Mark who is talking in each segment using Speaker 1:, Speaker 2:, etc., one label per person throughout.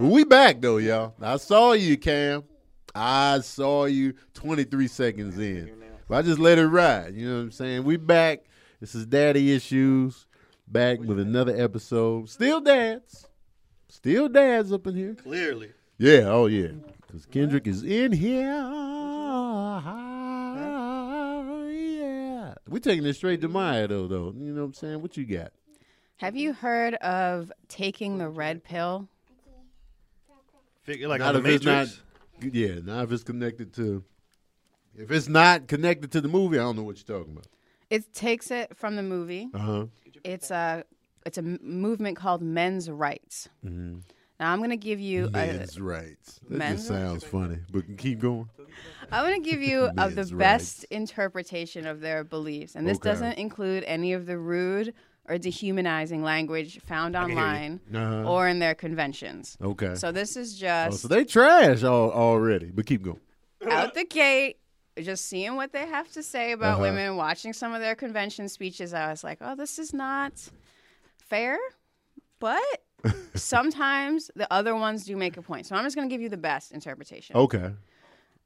Speaker 1: We back though, y'all. I saw you, Cam. I saw you 23 seconds in. But I just let it ride. You know what I'm saying? We back. This is Daddy Issues. Back with another episode. Still dads. Still dads up in here.
Speaker 2: Clearly.
Speaker 1: Yeah, oh yeah. Because Kendrick is in here. Ah, Yeah. We're taking it straight to Maya though, though. You know what I'm saying? What you got?
Speaker 3: Have you
Speaker 1: Mm-hmm.
Speaker 3: heard of taking the red pill?
Speaker 2: Figure like
Speaker 1: Not
Speaker 2: on the
Speaker 1: if it's
Speaker 2: Matrix.
Speaker 1: not Yeah, not if it's connected to if it's not connected to the movie, I don't know what you're talking about.
Speaker 3: It takes it from the movie.
Speaker 1: Uh-huh.
Speaker 3: It's a it's a m- movement called men's rights. Now I'm gonna give you a,
Speaker 1: Mm-hmm. Men's rights. That
Speaker 3: men's
Speaker 1: just sounds funny, but keep going.
Speaker 3: I'm gonna give you of the
Speaker 1: Men's rights.
Speaker 3: best interpretation of their beliefs, and this
Speaker 1: Okay.
Speaker 3: doesn't include any of the rude or dehumanizing language found
Speaker 2: hear you.
Speaker 3: online
Speaker 1: Uh-huh.
Speaker 3: or in their conventions.
Speaker 1: Okay.
Speaker 3: So this is
Speaker 1: Oh,
Speaker 3: just
Speaker 1: so they trash all, already, but keep going.
Speaker 3: out the gate, just seeing what they have to say about
Speaker 1: Uh-huh.
Speaker 3: women, watching some of their convention speeches, I was like, oh, this is not fair. But sometimes the other ones do make a point. So I'm just going to give you the best interpretation
Speaker 1: Okay.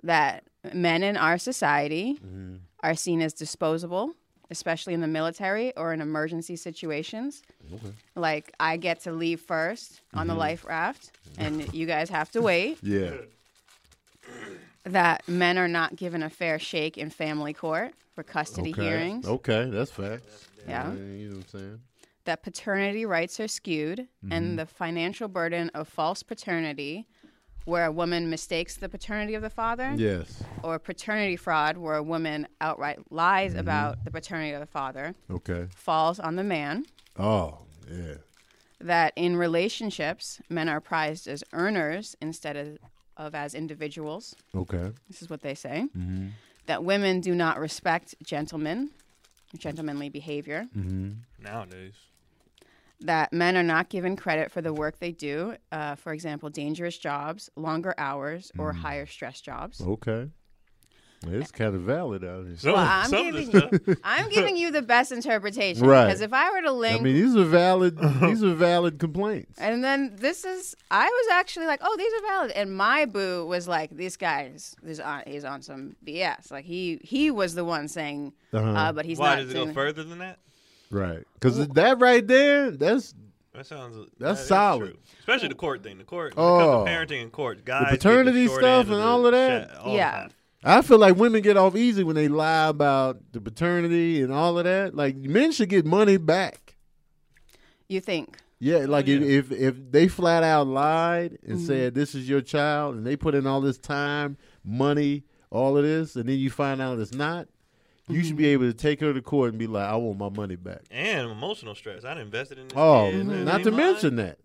Speaker 3: that men in our society are seen as disposable, especially in the military or in emergency situations. Like, I get to leave 1st on the life raft, and you guys have to wait
Speaker 1: Yeah.
Speaker 3: that men are not given a fair shake in family court for custody
Speaker 1: okay.
Speaker 3: hearings.
Speaker 1: Okay, that's facts.
Speaker 3: Yeah.
Speaker 1: you know what I'm saying?
Speaker 3: That paternity rights are skewed and the financial burden of false paternity where a woman mistakes the paternity of the father
Speaker 1: Yes.
Speaker 3: or paternity fraud where a woman outright lies about the paternity of the father
Speaker 1: Okay.
Speaker 3: falls on the man.
Speaker 1: Oh, yeah.
Speaker 3: That in relationships, men are prized as earners instead of, of as individuals.
Speaker 1: Okay.
Speaker 3: This is what they say
Speaker 1: Mm-hmm.
Speaker 3: that women do not respect gentlemen, gentlemanly behavior,
Speaker 1: Mm.
Speaker 2: Nowadays.
Speaker 3: that men are not given credit for the work they do, uh, for example, dangerous jobs, longer hours, or
Speaker 1: Mm.
Speaker 3: higher stress jobs.
Speaker 1: Okay. It's kind of valid out here.
Speaker 2: Some,
Speaker 3: Well, I'm
Speaker 2: some of this
Speaker 3: giving-
Speaker 2: stuff.
Speaker 3: I'm giving you the best interpretation
Speaker 1: Right.
Speaker 3: because if I were to
Speaker 1: I
Speaker 3: link,
Speaker 1: mean, these are valid. These are valid complaints.
Speaker 3: and then this is, I was actually like, oh, these are valid, and my boo was like, this guy's, is on, he's on some BS. Like he, he was the one saying, uh
Speaker 1: Uh-huh.
Speaker 3: but he's
Speaker 2: Why
Speaker 3: not.
Speaker 2: does it
Speaker 3: saying-
Speaker 2: go further than that?
Speaker 1: Right. Because that right there, that's
Speaker 2: That sounds. that
Speaker 1: That's
Speaker 2: is
Speaker 1: solid.
Speaker 2: true. Especially the court thing. The court.
Speaker 1: Oh.
Speaker 2: Oh. parenting in court. Guys. get
Speaker 1: paternity
Speaker 2: short
Speaker 1: stuff
Speaker 2: end of
Speaker 1: and
Speaker 2: the
Speaker 1: all of that?
Speaker 2: shit all the
Speaker 3: Yeah.
Speaker 2: time.
Speaker 1: I feel like women get off easy when they lie about the paternity and all of that. Like men should get money back.
Speaker 3: You think?
Speaker 1: Yeah,
Speaker 2: Oh,
Speaker 1: like If, if if they flat out lied and
Speaker 2: Mm-hmm.
Speaker 1: said this is your child and they put in all this time, money, all of this, and then you find out it's not, you should
Speaker 2: Mm-hmm.
Speaker 1: be able to take her to court and be like, I want my money back.
Speaker 2: And emotional stress. I invested in this.
Speaker 1: Oh,
Speaker 2: kid, and
Speaker 1: not
Speaker 2: they
Speaker 1: to
Speaker 2: mine.
Speaker 1: mention that.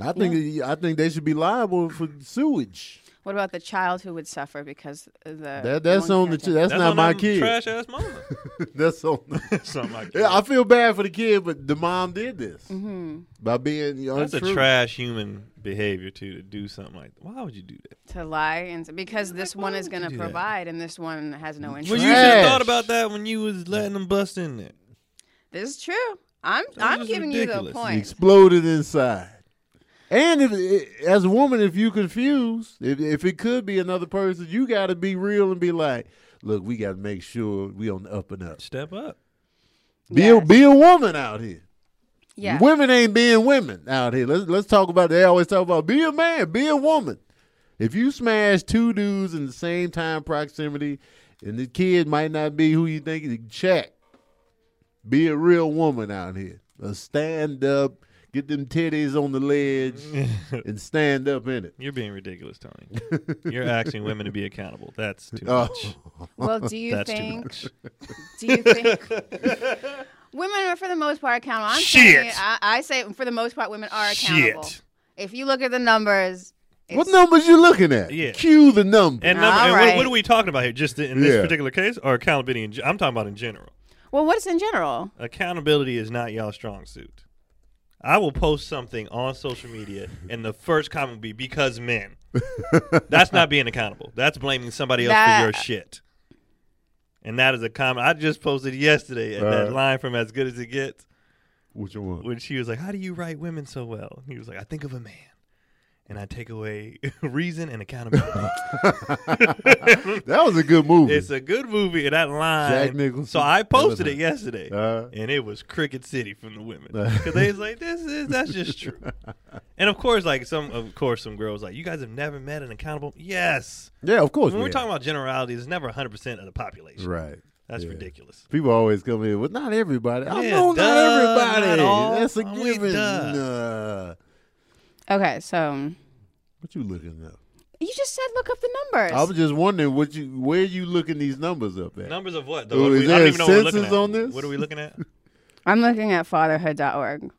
Speaker 1: I think I think they should be liable for sewage.
Speaker 3: What about the child who would suffer because the
Speaker 1: That that's
Speaker 3: one
Speaker 1: on the
Speaker 3: caretaker-
Speaker 1: that's,
Speaker 2: That's
Speaker 1: not
Speaker 2: on
Speaker 1: my
Speaker 2: them
Speaker 1: kid.
Speaker 2: Trash ass mama.
Speaker 1: That's on
Speaker 2: Something like that.
Speaker 1: Yeah, I feel bad for the kid, but the mom did this by being untrue.
Speaker 2: That's a trash human behavior too. To do something like that. Why would you do that?
Speaker 3: to lie and because this one is going to
Speaker 2: do that?
Speaker 3: provide and this one has no
Speaker 2: Well,
Speaker 3: interest.
Speaker 2: you should have
Speaker 1: Trash.
Speaker 2: thought about that when you was letting them bust in there.
Speaker 3: this is true. I'm
Speaker 2: That
Speaker 3: I'm
Speaker 2: is
Speaker 3: giving you the
Speaker 2: ridiculous.
Speaker 1: He
Speaker 3: point.
Speaker 1: exploded inside. And if i- as a woman, if you confused, if if it could be another person, you got to be real and be like, look, we got to make sure we on the up and up.
Speaker 2: Step up.
Speaker 1: Be a,
Speaker 3: Yes.
Speaker 1: be a woman out here.
Speaker 3: yeah.
Speaker 1: Women ain't being women out here. Let's let's talk about they always talk about be a man, be a woman. If you smash two dudes in the same time proximity and the kid might not be who you think he- check. Be a real woman out here. Uh, stand up, get them titties on the ledge and stand up in it.
Speaker 2: You're being ridiculous, Tony. You're asking women to be accountable. That's too
Speaker 1: Oh.
Speaker 2: much.
Speaker 3: Well, do you
Speaker 2: That's
Speaker 3: think?
Speaker 2: too
Speaker 3: Do you think? women are for the most part accountable. I'm saying
Speaker 2: Shit.
Speaker 3: I, I say for the most part women are
Speaker 2: much.
Speaker 3: accountable. If you look at the numbers,
Speaker 1: What
Speaker 3: it's-
Speaker 1: numbers you looking at?
Speaker 2: Yeah.
Speaker 1: Cue the number.
Speaker 2: And, number,
Speaker 3: All
Speaker 2: and
Speaker 3: right.
Speaker 2: what, what are we talking about here? Just in this
Speaker 1: Yeah.
Speaker 2: particular case, or accountability? In, ge- I'm talking about in general.
Speaker 3: well, what's in general?
Speaker 2: Accountability is not y'all strong suit. I will post something on social media, and the first comment will be because men. That's not being accountable. That's blaming somebody else
Speaker 3: That-
Speaker 2: for your shit. And that is a comment I just posted yesterday. At
Speaker 1: Uh.
Speaker 2: that line from "As Good as It Gets."
Speaker 1: Which one?
Speaker 2: when she was like, "How do you write women so well?" And he was like, "I think of a man." and I take away reason and accountability.
Speaker 1: That was a good movie.
Speaker 2: it's a good movie, and that line.
Speaker 1: Jack Nicholson.
Speaker 2: So I posted it
Speaker 1: Everything.
Speaker 2: yesterday,
Speaker 1: Uh.
Speaker 2: and it was cricket city from the women because they was like, "This is that's just true." and of course, like some, of course, some girls like, "You guys have never met an accountable." Yes,
Speaker 1: yeah, of course.
Speaker 2: when
Speaker 1: we
Speaker 2: we're
Speaker 1: have.
Speaker 2: talking about generalities, it's never 100 percent of the population.
Speaker 1: right.
Speaker 2: That's
Speaker 1: yeah.
Speaker 2: ridiculous.
Speaker 1: People always come in, well, not everybody. I
Speaker 2: Yeah,
Speaker 1: know
Speaker 2: duh,
Speaker 1: not everybody.
Speaker 2: not all.
Speaker 1: That's a
Speaker 2: I mean,
Speaker 1: given.
Speaker 2: duh.
Speaker 1: Nah.
Speaker 3: Okay, so
Speaker 1: what you looking up?
Speaker 3: you just said look up the numbers.
Speaker 1: I was just wondering what you where you looking these numbers up at.
Speaker 2: Numbers of what?
Speaker 1: Ooh,
Speaker 2: What do
Speaker 1: is
Speaker 2: we- I
Speaker 1: there
Speaker 2: don't
Speaker 1: a
Speaker 2: even know what we're looking
Speaker 1: census
Speaker 2: at.
Speaker 1: on this?
Speaker 2: What are we looking at?
Speaker 3: I'm looking at fatherhood.org.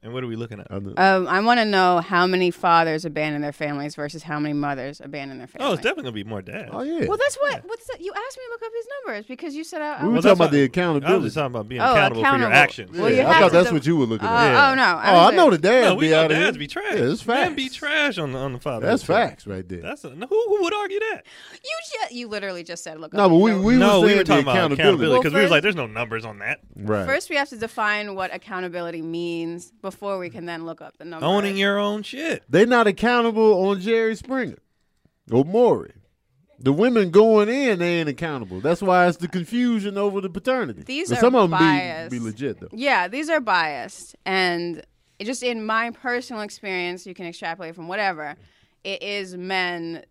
Speaker 2: And what are we looking at?
Speaker 1: I know.
Speaker 3: Um, I want to know how many fathers abandon their families versus how many mothers abandon their
Speaker 2: Oh,
Speaker 3: families.
Speaker 2: it's definitely gonna be more dads.
Speaker 1: oh yeah.
Speaker 3: Well, that's what. What's that? You asked me to look up these numbers because you said uh, oh, I. I
Speaker 1: we were
Speaker 2: Well,
Speaker 3: was-
Speaker 1: talking
Speaker 2: that's
Speaker 1: about the
Speaker 2: why- I was
Speaker 1: accountability.
Speaker 2: just talking about being
Speaker 3: Oh,
Speaker 2: accountable, for your
Speaker 3: accountable.
Speaker 2: actions.
Speaker 3: Well,
Speaker 1: yeah,
Speaker 3: you
Speaker 1: I
Speaker 3: have
Speaker 1: thought
Speaker 3: to
Speaker 1: that's
Speaker 3: do-
Speaker 1: what you were looking
Speaker 3: uh,
Speaker 1: at.
Speaker 2: Yeah.
Speaker 3: Oh no! I,
Speaker 1: Oh, I
Speaker 3: was
Speaker 1: know
Speaker 3: a-
Speaker 1: the dad
Speaker 2: No, we
Speaker 1: be
Speaker 2: know
Speaker 1: out here.
Speaker 2: dads be trash.
Speaker 1: Yeah, it's
Speaker 2: Men
Speaker 1: facts.
Speaker 2: be trash on the on the father.
Speaker 1: That's
Speaker 2: thing.
Speaker 1: facts right there.
Speaker 2: That's a, no, who, who would argue that?
Speaker 3: You ju- you literally just said look.
Speaker 1: no,
Speaker 3: up
Speaker 1: but
Speaker 3: the
Speaker 1: we
Speaker 3: numbers.
Speaker 1: we
Speaker 2: no,
Speaker 1: were
Speaker 2: we
Speaker 1: saying
Speaker 2: were
Speaker 1: the
Speaker 2: talking about accountability
Speaker 3: Well,
Speaker 2: because we was
Speaker 3: first-
Speaker 2: like, "There's no numbers on that."
Speaker 1: right?
Speaker 3: First, we have to define what accountability means before we can then look up the numbers.
Speaker 2: Owning your own shit.
Speaker 1: They not accountable on Jerry Springer or Maury. The women going in, they ain't accountable. That's why it's the confusion over the paternity.
Speaker 3: These
Speaker 1: But
Speaker 3: are
Speaker 1: some of them
Speaker 3: biased.
Speaker 1: Be, be legit though.
Speaker 3: Yeah, these are biased, and it just in my personal experience, you can extrapolate from whatever. It is men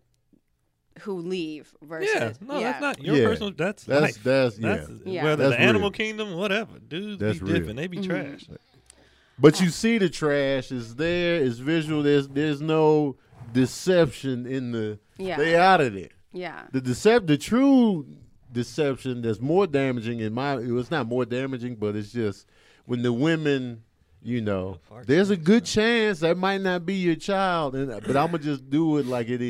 Speaker 3: who leave versus
Speaker 2: Yeah, no, that's not your
Speaker 1: Yeah.
Speaker 2: personal. That's
Speaker 1: That's-
Speaker 2: life.
Speaker 1: that's- yeah.
Speaker 3: Yeah.
Speaker 2: Whether
Speaker 1: That's
Speaker 2: the animal
Speaker 1: real.
Speaker 2: kingdom, whatever, dudes
Speaker 1: That's
Speaker 2: be
Speaker 1: real.
Speaker 2: different. They be trash.
Speaker 1: But you see the trash is there, it's visual. There's there's no deception in the.
Speaker 3: Yeah.
Speaker 1: They out of there.
Speaker 3: Yeah.
Speaker 1: The decep the true deception that's more damaging in my. It's not more damaging, but it's just when the women. You know, there's a good chance that might not be your child, and but I'm gonna just do it like it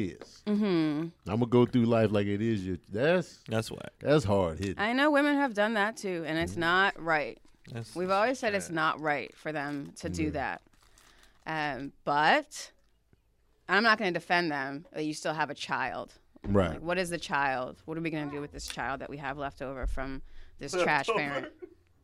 Speaker 1: Mm-hmm. I'm gonna go through life like it is your. That's
Speaker 2: That's whack.
Speaker 1: that's hard hitting.
Speaker 3: I know women have done that too, and it's not right.
Speaker 2: That's,
Speaker 3: We've always said it's not right for them to do that. Um, but I'm not going to defend them that you still have a child.
Speaker 1: Right.
Speaker 3: Like, what is the child? What are we going to do with this child that we have left over from this trash parent?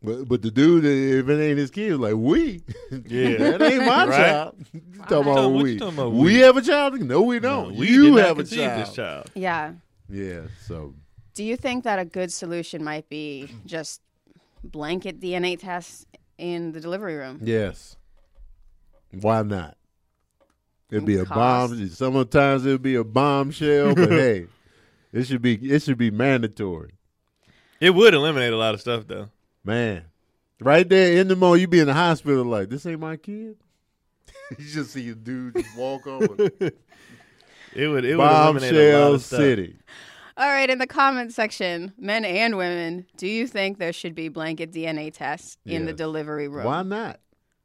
Speaker 1: But but the dude, if it ain't his kid, like we,
Speaker 2: Yeah.
Speaker 1: that ain't my
Speaker 2: Right?
Speaker 1: child. You talking about
Speaker 2: What you
Speaker 1: we?
Speaker 2: talking about,
Speaker 1: we?
Speaker 2: we?
Speaker 1: have a child? No, we don't.
Speaker 2: we did
Speaker 1: you
Speaker 2: not
Speaker 1: have a
Speaker 2: conceive
Speaker 1: child.
Speaker 2: This child.
Speaker 3: Yeah.
Speaker 1: Yeah. So
Speaker 3: Do you think that a good solution might be just blanket DNA tests in the delivery room?
Speaker 1: yes, why not? It'd be a
Speaker 3: Cost.
Speaker 1: bomb. Sometimes it'd be a bombshell, but hey, it should be it should be mandatory,
Speaker 2: It would eliminate a lot of stuff, though.
Speaker 1: man. Right there in the moment, you be in the hospital like this ain't my kid. you just see a dude just walk over
Speaker 2: It would. It would eliminate a lot
Speaker 1: bombshell
Speaker 2: of stuff.
Speaker 1: city.
Speaker 3: All right, in the comments section, men and women, do you think there should be blanket DNA tests in the
Speaker 1: Yes.
Speaker 3: delivery room?
Speaker 1: Why not?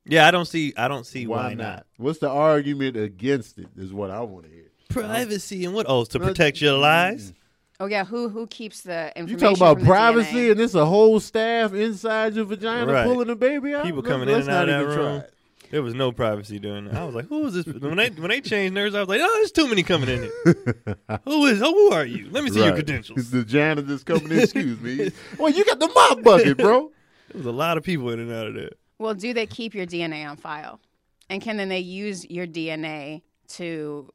Speaker 2: Yeah, I don't see. I don't see why, not.
Speaker 1: What's the argument against it? Is what I want to hear. Mm-hmm.
Speaker 2: Privacy and what? Oh, to protect your lies.
Speaker 3: Oh yeah, who who keeps the
Speaker 1: You
Speaker 3: information?
Speaker 1: talk about
Speaker 3: from the
Speaker 1: privacy,
Speaker 3: DNA?
Speaker 1: and it's a whole staff inside your vagina
Speaker 2: Right.
Speaker 1: pulling the baby out.
Speaker 2: People
Speaker 1: Let's-
Speaker 2: coming in
Speaker 1: let's
Speaker 2: and out
Speaker 1: not
Speaker 2: of that
Speaker 1: even
Speaker 2: room.
Speaker 1: try it.
Speaker 2: There was no privacy doing that. I was like, who is this? When they when they changed nerves, I was like, oh, there's too many coming in here. who is? Oh, who are you? Let me see your
Speaker 1: Right.
Speaker 2: credentials.
Speaker 1: The janitor's coming in. Excuse me. Well, you got the mop bucket, bro.
Speaker 2: There was a lot of people in and out of there.
Speaker 3: Well, do they keep your DNA on file, and can then they use your DNA to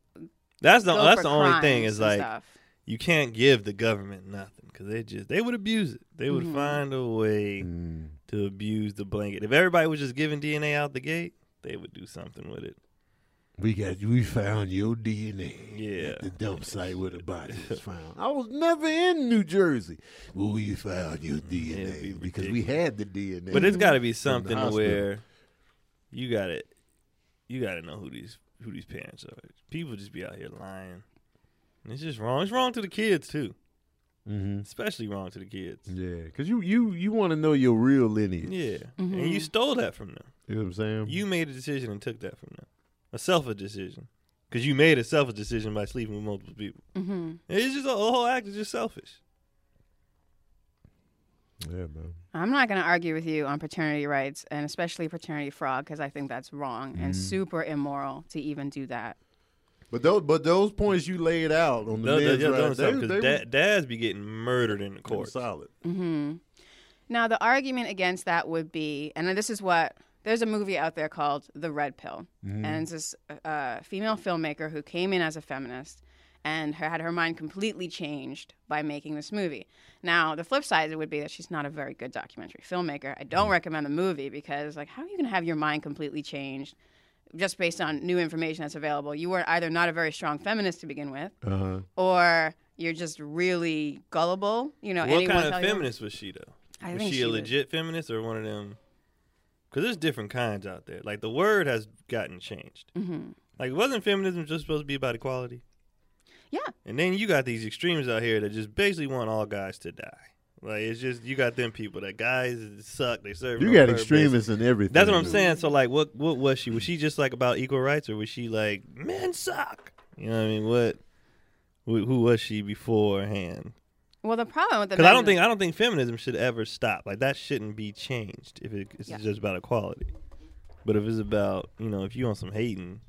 Speaker 2: That's the
Speaker 3: go
Speaker 2: that's
Speaker 3: for
Speaker 2: the only thing
Speaker 3: crimes
Speaker 2: is
Speaker 3: and
Speaker 2: like
Speaker 3: stuff?
Speaker 2: you can't give the government nothing because they just they would abuse it. They would
Speaker 3: Mm-hmm.
Speaker 2: find a way to abuse the blanket. If everybody was just giving DNA out the gate, they would do something with it.
Speaker 1: We got we found your DNA.
Speaker 2: Yeah.
Speaker 1: The dump site where the body was found. I was never in New Jersey. Well, we found your DNA
Speaker 2: Mm-hmm. be
Speaker 1: because we had the DNA.
Speaker 2: But it's got to be something to
Speaker 1: hospital.
Speaker 2: where you got to you got to know who these who these parents are. People just be out here lying. And It's just wrong. It's wrong to the kids too,
Speaker 1: Mm-hmm.
Speaker 2: especially wrong to the kids.
Speaker 1: Yeah, because you you you want to know your real lineage.
Speaker 2: Yeah, and
Speaker 3: Mm-hmm.
Speaker 2: you stole that from them.
Speaker 1: You know what I'm saying?
Speaker 2: You made a decision and took that from them. A selfish decision. Because you made a selfish decision by sleeping with multiple people.
Speaker 3: hmm
Speaker 2: It's just a, the whole act is just selfish.
Speaker 1: yeah, man.
Speaker 3: I'm not going to argue with you on paternity rights, and especially paternity fraud, because I think that's wrong
Speaker 1: Mm.
Speaker 3: and super immoral to even do that.
Speaker 1: But those but those points you laid out on the
Speaker 2: No,
Speaker 1: men's
Speaker 2: no,
Speaker 1: right,
Speaker 2: no,
Speaker 1: they,
Speaker 2: because
Speaker 1: they
Speaker 2: da- dads be getting murdered in the
Speaker 1: were
Speaker 2: court.
Speaker 1: solid.
Speaker 3: Now, the argument against that would be, and this is what there's a movie out there called The Red Pill,
Speaker 2: Mm-hmm.
Speaker 3: and it's this uh, female filmmaker who came in as a feminist and her, had her mind completely changed by making this movie. Now, the flip side would be that she's not a very good documentary filmmaker. I
Speaker 2: Mm-hmm.
Speaker 3: don't recommend the movie because, like, how are you going to have your mind completely changed just based on new information that's available? You were either not a very strong feminist to begin with,
Speaker 1: Uh-huh.
Speaker 3: or you're just really gullible. You know,
Speaker 2: What
Speaker 3: anyone
Speaker 2: kind
Speaker 3: tell
Speaker 2: of
Speaker 3: you-
Speaker 2: feminist was she though?
Speaker 3: I
Speaker 2: was
Speaker 3: think
Speaker 2: she,
Speaker 3: she
Speaker 2: a
Speaker 3: was-
Speaker 2: legit feminist or one of them? Because there's different kinds out there. Like the word has gotten changed.
Speaker 3: Mm-hmm.
Speaker 2: Like wasn't feminism just supposed to be about equality?
Speaker 3: Yeah.
Speaker 2: And then you got these extremes out here that just basically want all guys to die. Like it's just you got them people that guys suck. They serve.
Speaker 1: You
Speaker 2: on
Speaker 1: got
Speaker 2: purpose.
Speaker 1: extremists in everything.
Speaker 2: That's what I'm
Speaker 1: dude.
Speaker 2: saying. So like, what what was she? Was she just like about equal rights, or was she like men suck? You know what I mean? What who, who was she beforehand?
Speaker 3: Well, the problem with the
Speaker 2: Because I don't
Speaker 3: feminist-
Speaker 2: think I don't think feminism should ever stop. Like that shouldn't be changed if it, it's
Speaker 3: Yeah.
Speaker 2: just about equality. But if it's about you know if you want some hating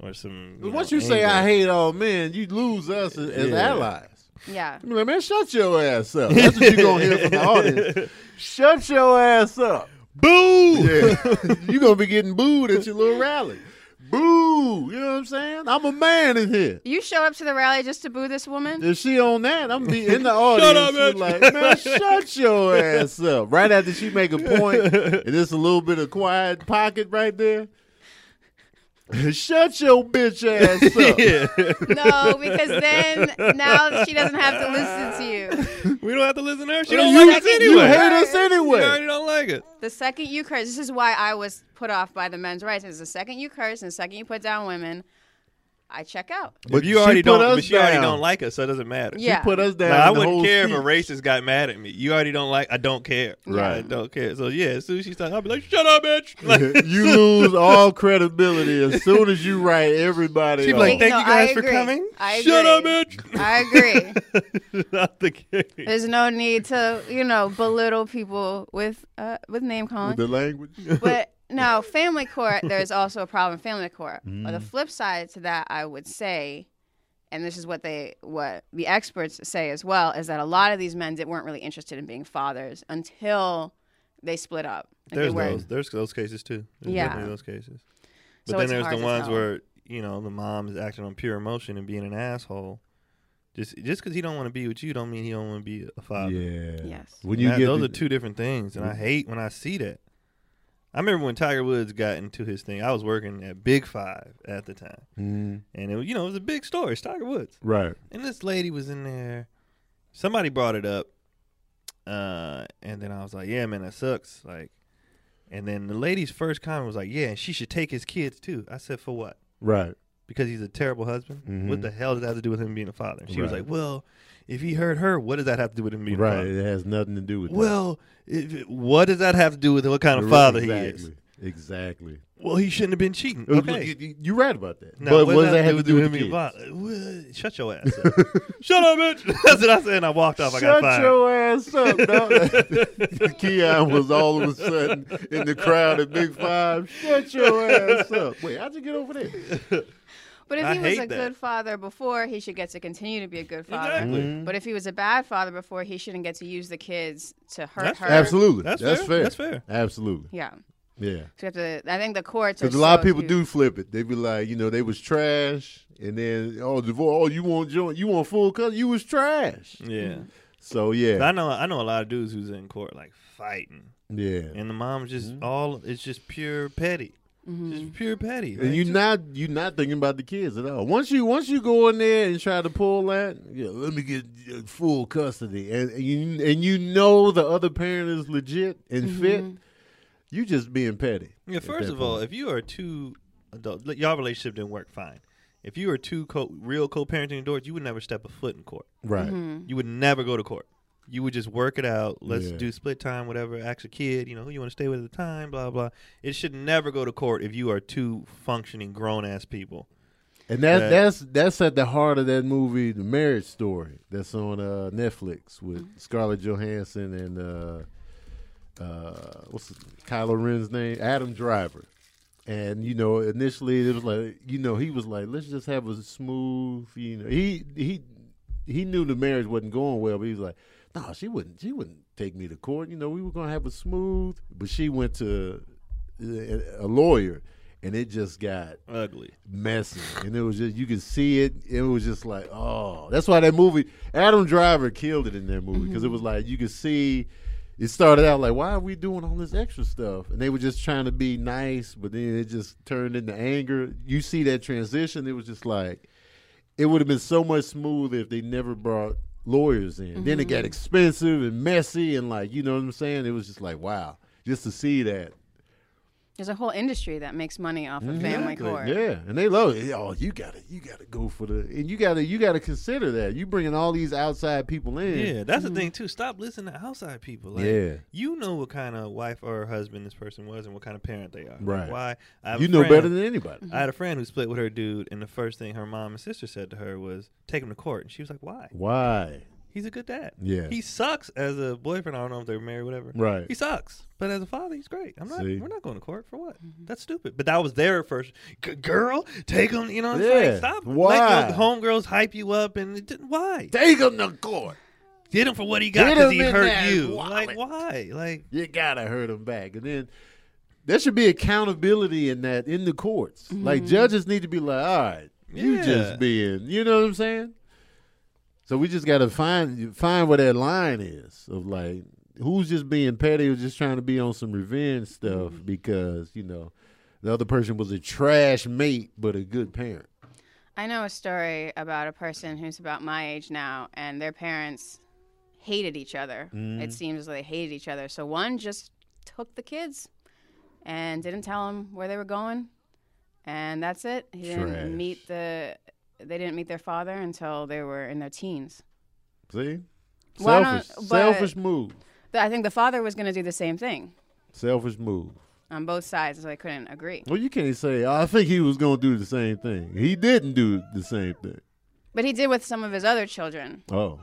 Speaker 2: or some you
Speaker 1: Once
Speaker 2: know,
Speaker 1: you say I
Speaker 2: anger-
Speaker 1: hate all men, you lose us as, as
Speaker 2: Yeah.
Speaker 1: allies.
Speaker 3: Yeah.
Speaker 1: I'm like, man, shut your ass up. That's what you're gonna hear from the audience. Shut your ass up.
Speaker 2: boo.
Speaker 1: Yeah. you're gonna be getting booed at your little rally. Boo! You know what I'm saying? I'm a man in here.
Speaker 3: You show up to the rally just to boo this woman?
Speaker 1: If she on that, I'm be in the audience.
Speaker 2: up,
Speaker 1: she's
Speaker 2: bitch.
Speaker 1: like, man, shut your ass up. Right after she make a point, and it's a little bit of quiet pocket right there. shut your bitch ass up.
Speaker 3: No, because then now she doesn't have to listen to you.
Speaker 2: we don't have to listen to her. She
Speaker 1: Uh, You-
Speaker 2: don't like us
Speaker 1: you
Speaker 2: anyway.
Speaker 1: hate us
Speaker 2: She
Speaker 1: anyway.
Speaker 2: already don't like it.
Speaker 3: The second you curse, this is why I was put off by the men's rights. Is the second you curse and the second you put down women, I check out.
Speaker 1: But
Speaker 2: If you
Speaker 1: she
Speaker 2: already
Speaker 1: put
Speaker 2: don't.
Speaker 1: us
Speaker 2: But she already
Speaker 1: down.
Speaker 2: don't like us, so it doesn't matter.
Speaker 1: She
Speaker 3: Yeah.
Speaker 1: put us down.
Speaker 2: Like,
Speaker 1: in
Speaker 2: I
Speaker 1: the
Speaker 2: wouldn't
Speaker 1: whole
Speaker 2: care
Speaker 1: speech.
Speaker 2: if a racist got mad at me. You already don't like. I don't care.
Speaker 1: Right.
Speaker 2: I don't care. So yeah, as soon as she starts, I'll be like, "Shut up, bitch!" Like,
Speaker 1: you lose all credibility as soon as you write everybody.
Speaker 2: she'd be
Speaker 1: off.
Speaker 2: like,
Speaker 3: Hey,
Speaker 2: "Thank
Speaker 3: no,
Speaker 2: you guys
Speaker 3: I
Speaker 2: for
Speaker 3: agree.
Speaker 2: coming."
Speaker 3: I
Speaker 2: Shut up,
Speaker 3: agree.
Speaker 2: bitch.
Speaker 3: I agree.
Speaker 2: Not the case.
Speaker 3: There's no need to, you know, belittle people with uh, with name calling.
Speaker 1: With the language.
Speaker 3: but no, family court, there's also a problem in family court. But
Speaker 2: Mm.
Speaker 3: the flip side to that, I would say, and this is what they what the experts say as well, is that a lot of these men that weren't really interested in being fathers until they split up. Like, they
Speaker 2: There's
Speaker 3: were-
Speaker 2: those. There's those cases too. There's
Speaker 3: Yeah.
Speaker 2: definitely those cases. But
Speaker 3: So
Speaker 2: then
Speaker 3: it's
Speaker 2: there's
Speaker 3: hard
Speaker 2: the
Speaker 3: to
Speaker 2: ones
Speaker 3: tell.
Speaker 2: where you know the mom is acting on pure emotion and being an asshole. Just just because he don't want to be with you, don't mean he don't want to be a father.
Speaker 1: Yeah.
Speaker 3: Yes.
Speaker 1: When you
Speaker 2: That-
Speaker 1: get
Speaker 2: those
Speaker 1: the-
Speaker 2: are two different things, and I hate when I see that. I remember when Tiger Woods got into his thing. I was working at Big Five at the time,
Speaker 1: Mhm.
Speaker 2: and it was- you know it was a big story. It's Tiger Woods,
Speaker 1: Right.
Speaker 2: and this lady was in there. Somebody brought it up, uh, and then I was like, "Yeah, man, that sucks." Like, and then the lady's first comment was like, "Yeah, and she should take his kids too." I said, "For what?"
Speaker 1: Right.
Speaker 2: because he's a terrible husband.
Speaker 1: Mhm.
Speaker 2: What the hell does that have to do with him being a father? And she was
Speaker 1: Right.
Speaker 2: like, "Well, if he hurt her, what does that have to do with him being a
Speaker 1: Right.
Speaker 2: father?"
Speaker 1: It has nothing to do with
Speaker 2: Well, if, what does that have to do with what kind
Speaker 1: that.
Speaker 2: of father he is?
Speaker 1: exactly. Exactly.
Speaker 2: Well, he shouldn't have been cheating.
Speaker 1: Look,
Speaker 2: Okay.
Speaker 1: you- You're right about that.
Speaker 2: Now,
Speaker 1: but what does that have to do with
Speaker 2: him being
Speaker 1: the kids?
Speaker 2: father? Well, Shut your ass up. Shut up, bitch. That's what I said, and I walked off. I got
Speaker 1: Shut
Speaker 2: fired.
Speaker 1: your ass up, dog. Keon was all of a sudden in the crowd at Big Five. Shut your ass up. Wait, how'd you get over there?
Speaker 3: But if
Speaker 2: I
Speaker 3: he was
Speaker 2: hate
Speaker 3: a
Speaker 2: that.
Speaker 3: good father before, he should get to continue to be a good father.
Speaker 2: Exactly.
Speaker 1: Mm.
Speaker 3: But if he was a bad father before, he shouldn't get to use the kids to hurt
Speaker 2: That's
Speaker 3: her.
Speaker 2: fair.
Speaker 1: Absolutely.
Speaker 2: That's fair. That's fair.
Speaker 1: Absolutely.
Speaker 3: Yeah.
Speaker 1: Yeah.
Speaker 3: So we have to, I think the courts are
Speaker 1: Because a lot of
Speaker 3: so
Speaker 1: people
Speaker 3: huge.
Speaker 1: do flip it. They be like, you know, they was trash, and then oh, divorce. Oh, you want joint? You want full cut? You was trash.
Speaker 2: Yeah.
Speaker 1: So
Speaker 2: But I
Speaker 1: yeah,
Speaker 2: know. I know a lot of dudes who's in court like fighting,
Speaker 1: yeah.
Speaker 2: and the mom's just
Speaker 1: Mm-hmm.
Speaker 2: all. It's just pure petty. Just pure petty. man.
Speaker 1: And you're
Speaker 2: Just-
Speaker 1: not you not thinking about the kids at all. Once you once you go in there and try to pull that, yeah, let me get uh, full custody, and, and you and you know the other parent is legit and fit. You just being petty.
Speaker 2: Mm-hmm. Yeah,
Speaker 1: at
Speaker 2: first
Speaker 1: that
Speaker 2: of all,
Speaker 1: point.
Speaker 2: if you are two adult, like, y'all relationship didn't work fine. If you are two co- real co-parenting adults, you would never step a foot in court.
Speaker 1: right,
Speaker 2: You would never go to court. You would just work it out. Let's
Speaker 1: Mm-hmm. Yeah.
Speaker 2: do split time, whatever. Ask a kid, you know, who you want to stay with at the time, blah blah. It should never go to court if you are two functioning grown ass people.
Speaker 1: and that,
Speaker 2: that-
Speaker 1: that's that's at the heart of that movie, The Marriage Story, that's on uh, Netflix with Scarlett Johansson and uh, uh, what's Kylo Ren's name, Adam Driver. And you know, initially it was like you know he was like, let's just have a smooth. You know, he he he knew the marriage wasn't going well, but he was like, no, she wouldn't. She wouldn't take me to court. You know, we were gonna have a smooth. But she went to a lawyer, and it just got
Speaker 2: Ugly.
Speaker 1: messy, and it was just you could see it. It was just like, oh, that's why that movie. Adam Driver killed it in that movie because it was like you could see. It started out like, why are we doing all this extra stuff? And they were just trying to be nice, but then it just turned into anger. You see that transition? It was just like, it would have been so much smoother if they never brought lawyers in. Then it got expensive and messy, and like, you know what I'm saying? It was just like, wow, just to see that
Speaker 3: There's a whole industry that makes money off
Speaker 2: Mm.
Speaker 3: of family
Speaker 1: Exactly,
Speaker 3: court.
Speaker 1: Yeah, and they love it. Oh, you gotta, you gotta go for the, and you gotta, you gotta consider that you bringing all these outside people in.
Speaker 2: Yeah, that's the thing too. Stop listening to outside people. Like,
Speaker 1: Mm-hmm. Yeah.
Speaker 2: you know what kind of wife or husband this person was, and what kind of parent they are.
Speaker 1: Right.
Speaker 2: Why? I have a
Speaker 1: you know
Speaker 2: friend-
Speaker 1: better than anybody.
Speaker 2: I had a friend who split with her dude, and the first thing her mom and sister said to her was, "Take him to court." And she was like, "Why?
Speaker 1: Why?
Speaker 2: He's a good dad.
Speaker 1: Yeah.
Speaker 2: he sucks as a boyfriend. I don't know if they're married, whatever.
Speaker 1: Right.
Speaker 2: He sucks, but as a father, he's great. I'm not.
Speaker 1: See?
Speaker 2: We're not going to court for what? That's stupid. But that was their first G- girl. Take him. You know what I'm
Speaker 1: Yeah.
Speaker 2: saying? Stop.
Speaker 1: Why?
Speaker 2: Let the homegirls hype you up, and it didn't, why?
Speaker 1: Take them to court.
Speaker 2: Did him for what he got
Speaker 1: Hit
Speaker 2: because
Speaker 1: him
Speaker 2: he
Speaker 1: in that
Speaker 2: hurt you.
Speaker 1: wallet.
Speaker 2: Like why? Like
Speaker 1: You gotta hurt them back, and then there should be accountability in that in the courts.
Speaker 3: Mm-hmm.
Speaker 1: Like judges need to be like, all right, you
Speaker 2: Yeah.
Speaker 1: just being, you know what I'm saying? So we just gotta find find where that line is of like who's just being petty, who's just trying to be on some revenge stuff
Speaker 3: Mm-hmm.
Speaker 1: because you know the other person was a trash mate but a good parent.
Speaker 3: I know a story about a person who's about my age now, and their parents hated each other.
Speaker 2: Mm.
Speaker 3: It seems as though they hated each other. So one just took the kids and didn't tell them where they were going, and that's it. He didn't
Speaker 1: Trash.
Speaker 3: meet the. They didn't meet their father until they were in their teens.
Speaker 1: See,
Speaker 3: Why don't-
Speaker 1: selfish,
Speaker 3: but-
Speaker 1: selfish move,
Speaker 3: Th- I think the father was going to do the same thing
Speaker 1: selfish move.
Speaker 3: on both sides, so they couldn't agree.
Speaker 1: Well, you can't say I think he was gonna do the same thing. He didn't do the same thing.
Speaker 3: But he did with some of his other children.
Speaker 1: Oh,
Speaker 2: oh,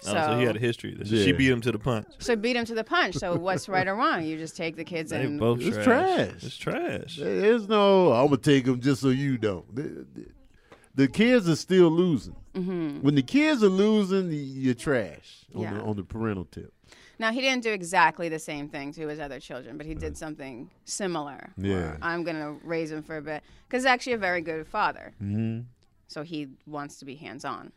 Speaker 3: So,
Speaker 2: so, he had a history. of this.
Speaker 1: Yeah.
Speaker 2: She beat him to the punch.
Speaker 3: so beat him to the punch. So what's right or wrong? You just take the kids
Speaker 2: They
Speaker 3: and
Speaker 2: both
Speaker 1: It's trash.
Speaker 2: It's trash.
Speaker 1: there- there's no. I'm gonna take him just so you don't. The, the- the kids are still losing. When the kids are losing, y- you're trash on,
Speaker 3: Mm-hmm. Yeah.
Speaker 1: the, on the parental tip.
Speaker 3: Now he didn't do exactly the same thing to his other children, but he did something similar. where
Speaker 1: Yeah.
Speaker 3: I'm gonna raise him for a bit because he's actually a very good father. Mm-hmm. So he wants to be hands on.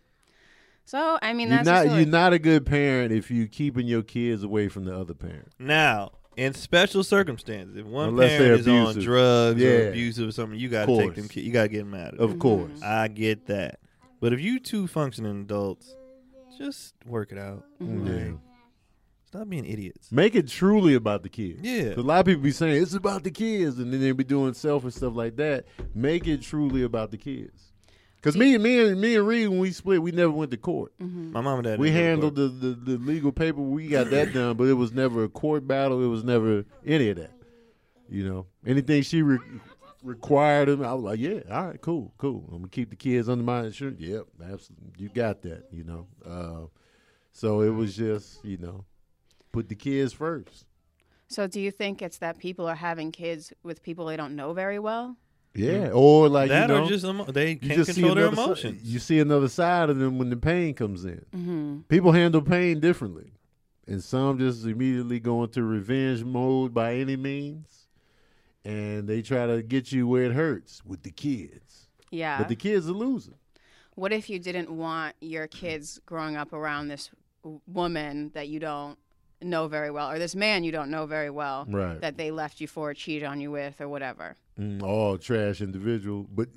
Speaker 3: So I mean,
Speaker 1: You're
Speaker 3: that's
Speaker 1: not.
Speaker 3: just
Speaker 1: You're
Speaker 3: like-
Speaker 1: not a good parent if you're keeping your kids away from the other parent.
Speaker 2: Now, in special circumstances, if one
Speaker 1: Unless they're
Speaker 2: parent is on
Speaker 1: abusive.
Speaker 2: drugs
Speaker 1: Yeah.
Speaker 2: or abusive or something, you gotta
Speaker 1: Course.
Speaker 2: take them. ki- You gotta get them out of.
Speaker 1: Of
Speaker 2: it.
Speaker 1: course.
Speaker 2: I get that, but if you two functioning adults, just work it out.
Speaker 1: Yeah.
Speaker 2: Stop being idiots.
Speaker 1: Make it truly about the kids.
Speaker 2: Yeah.
Speaker 1: 'Cause A lot of people be saying it's about the kids, and then they be doing selfish stuff like that. Make it truly about the kids. Cause me, me, and me and Reed, when we split, we never went to court.
Speaker 2: My mom and dad.
Speaker 1: We
Speaker 2: didn't go
Speaker 1: handled
Speaker 2: to court.
Speaker 1: the, the, the legal paper. We got that done, but it was never a court battle. It was never any of that. You know, anything she re- required him, I was like, yeah, all right, cool, cool. I'm gonna keep the kids under my insurance. Yep, absolutely. You got that. You know, uh, so it was just you know, put the kids first.
Speaker 3: So do you think it's that people are having kids with people they don't know very well?
Speaker 1: Yeah, or like
Speaker 2: that
Speaker 1: you
Speaker 2: or
Speaker 1: know,
Speaker 2: just emo- they
Speaker 1: you
Speaker 2: can't
Speaker 1: just see
Speaker 2: control their
Speaker 1: another si-
Speaker 2: emotions.
Speaker 1: you see another side of them when the pain comes in. People handle pain differently, and some just immediately go into revenge mode by any means, and they try to get you where it hurts with the kids.
Speaker 3: Yeah.
Speaker 1: But the kids are losing.
Speaker 3: what if you didn't want your kids growing up around this w- woman that you don't know very well or this man you don't know very well
Speaker 1: Right.
Speaker 3: that they left you for cheated on you with or whatever
Speaker 1: Mm, all trash individual, but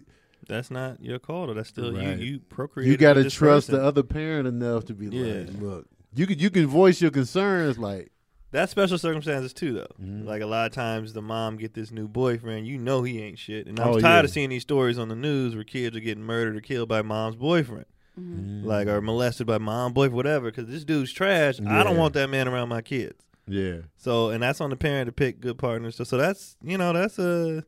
Speaker 2: that's not your call. Though. That's still
Speaker 1: Right.
Speaker 2: you. You procreate.
Speaker 1: you got to trust the other parent enough to be
Speaker 2: Yeah.
Speaker 1: like, look, you can you can voice your concerns like.
Speaker 2: That's special circumstances too, though.
Speaker 1: Mm-hmm.
Speaker 2: Like a lot of times, the mom get this new boyfriend. You know he ain't shit, and I'm
Speaker 1: Oh,
Speaker 2: tired
Speaker 1: yeah.
Speaker 2: of seeing these stories on the news where kids are getting murdered or killed by mom's boyfriend,
Speaker 1: Mm-hmm.
Speaker 2: like or molested by mom boyfriend, whatever. Because this dude's trash. I don't
Speaker 1: Yeah.
Speaker 2: want that man around my kids.
Speaker 1: Yeah,
Speaker 2: So, and that's on the parent to pick good partners. So, so that's you know that's a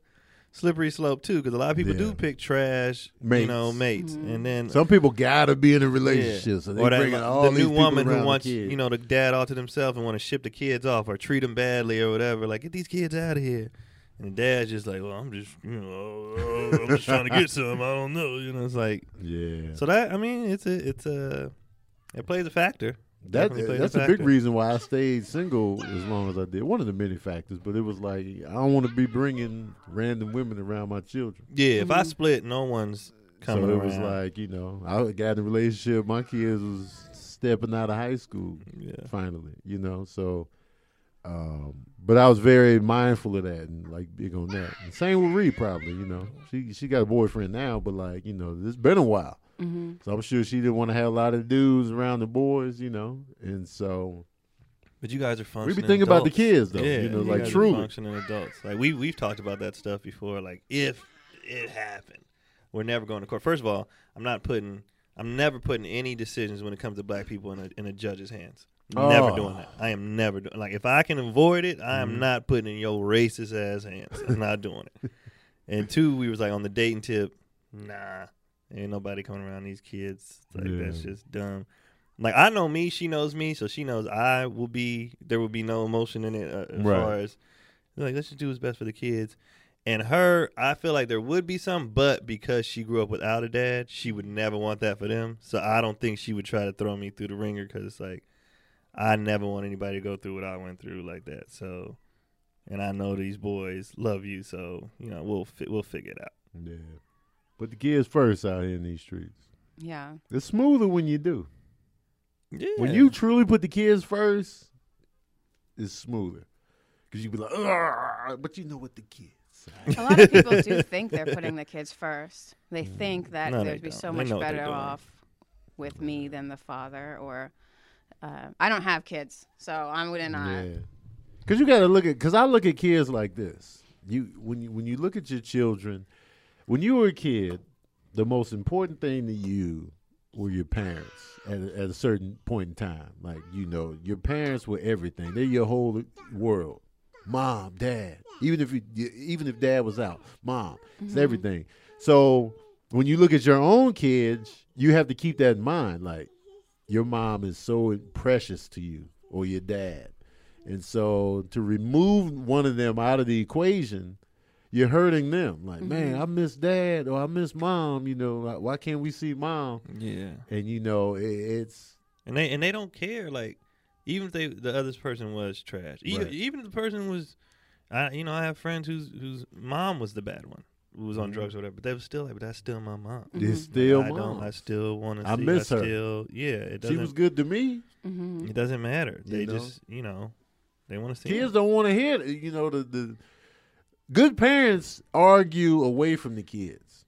Speaker 2: slippery slope too, because a lot of people
Speaker 1: Yeah.
Speaker 2: do pick trash, you
Speaker 1: Mates.
Speaker 2: know, mates, and then
Speaker 1: some people gotta be in a
Speaker 2: yeah.
Speaker 1: relationship, so they
Speaker 2: or that,
Speaker 1: bring
Speaker 2: lo-
Speaker 1: all
Speaker 2: the
Speaker 1: these
Speaker 2: new
Speaker 1: people
Speaker 2: woman
Speaker 1: around
Speaker 2: who
Speaker 1: the
Speaker 2: wants
Speaker 1: kids.
Speaker 2: you know the dad all to themselves and want to ship the kids off or treat them badly or whatever. Like get these kids out of here. And the dad's just like, well, I'm just, you know, uh, I'm just trying to get some. I don't know, you know. It's like,
Speaker 1: yeah.
Speaker 2: so that I mean, it's a, it's a, it plays a factor.
Speaker 1: That,
Speaker 2: Definitely played
Speaker 1: that's a
Speaker 2: factor.
Speaker 1: big reason why I stayed single as long as I did. One of the many factors, but it was like I don't want to be bringing random women around my children.
Speaker 2: Yeah, if I split, no one's coming.
Speaker 1: so it
Speaker 2: around.
Speaker 1: was like you know, I got in a relationship. My kids was stepping out of high school
Speaker 2: yeah,
Speaker 1: finally, you know. So, um, but I was very mindful of that and like big on that. And same with Ree, probably. You know, she she got a boyfriend now, but like you know, it's been a while.
Speaker 3: hmm
Speaker 1: So I'm sure she didn't want to have a lot of dudes around the boys, you know. And so
Speaker 2: but you guys are
Speaker 1: we
Speaker 2: functioning.
Speaker 1: be thinking about the
Speaker 2: adults.
Speaker 1: kids though,
Speaker 2: yeah,
Speaker 1: you know, like
Speaker 2: guys are
Speaker 1: truly.
Speaker 2: functioning adults. Like we we've talked about that stuff before. Like if it happened, we're never going to court. First of all, I'm not putting. I'm never putting any decisions when it comes to black people in a, in a judge's hands. Never
Speaker 1: Oh. Mm-hmm.
Speaker 2: doing that. I am never doing. Like if I can avoid it, I am not putting it in your racist ass hands. I'm not doing it. And two, we was like on the dating tip. Nah, ain't nobody coming around these kids. Like
Speaker 1: Yeah.
Speaker 2: that's just dumb. Like I know me, she knows me, so she knows I will be. There will be no emotion in it uh, as
Speaker 1: Right.
Speaker 2: far as like let's just do what's best for the kids. And her, I feel like there would be some, but because she grew up without a dad, she would never want that for them. So I don't think she would try to throw me through the ringer because it's like I never want anybody to go through what I went through like that. So, and I know these boys love you, so you know we'll fi- we'll figure it out.
Speaker 1: Yeah, but the kids first out here in these streets.
Speaker 3: Yeah.
Speaker 1: It's smoother when you do.
Speaker 2: Yeah.
Speaker 1: When you truly put the kids first, it's smoother because you be like, "Ugh," but you know what the kids.
Speaker 3: A lot of people do think they're putting the kids first. They think that
Speaker 2: Mm, No, they
Speaker 3: they'd be
Speaker 2: don't.
Speaker 3: so
Speaker 2: They
Speaker 3: much
Speaker 2: know what they're
Speaker 3: better
Speaker 2: doing.
Speaker 3: off with me than the father. Or uh, I don't have kids, so I would not.
Speaker 1: Yeah. Cause you gotta look at cause I look at kids like this. You when you when you look at your children, when you were a kid, the most important thing to you were your parents at a, at a certain point in time. Like, you know, your parents were everything. They're your whole world. Mom, dad. Even if you even if dad was out, mom, it's everything. So when you look at your own kids, you have to keep that in mind. Like, your mom is so precious to you or your dad. And so to remove one of them out of the equation, you're hurting them. Like, man, I miss dad or I miss mom. You know, like, why can't we see mom?
Speaker 2: yeah.
Speaker 1: And you know, it, it's
Speaker 2: and they and they don't care. Like even if they the other person was trash, even,
Speaker 1: Right.
Speaker 2: even if the person was, I you know I have friends whose whose mom was the bad one, who was on drugs or whatever, but they were still like, but that's still my mom.
Speaker 1: Mm-hmm. it's still
Speaker 2: I don't. I
Speaker 1: mom.
Speaker 2: still want to.
Speaker 1: I miss her.
Speaker 2: Still, yeah. It
Speaker 1: She
Speaker 2: doesn't.
Speaker 1: was good to me.
Speaker 3: hmm
Speaker 2: It doesn't matter.
Speaker 1: You
Speaker 2: They
Speaker 1: know?
Speaker 2: just you know, they want to see.
Speaker 1: Kids
Speaker 2: her.
Speaker 1: don't want to hear. It. You know, the the good parents argue away from the kids.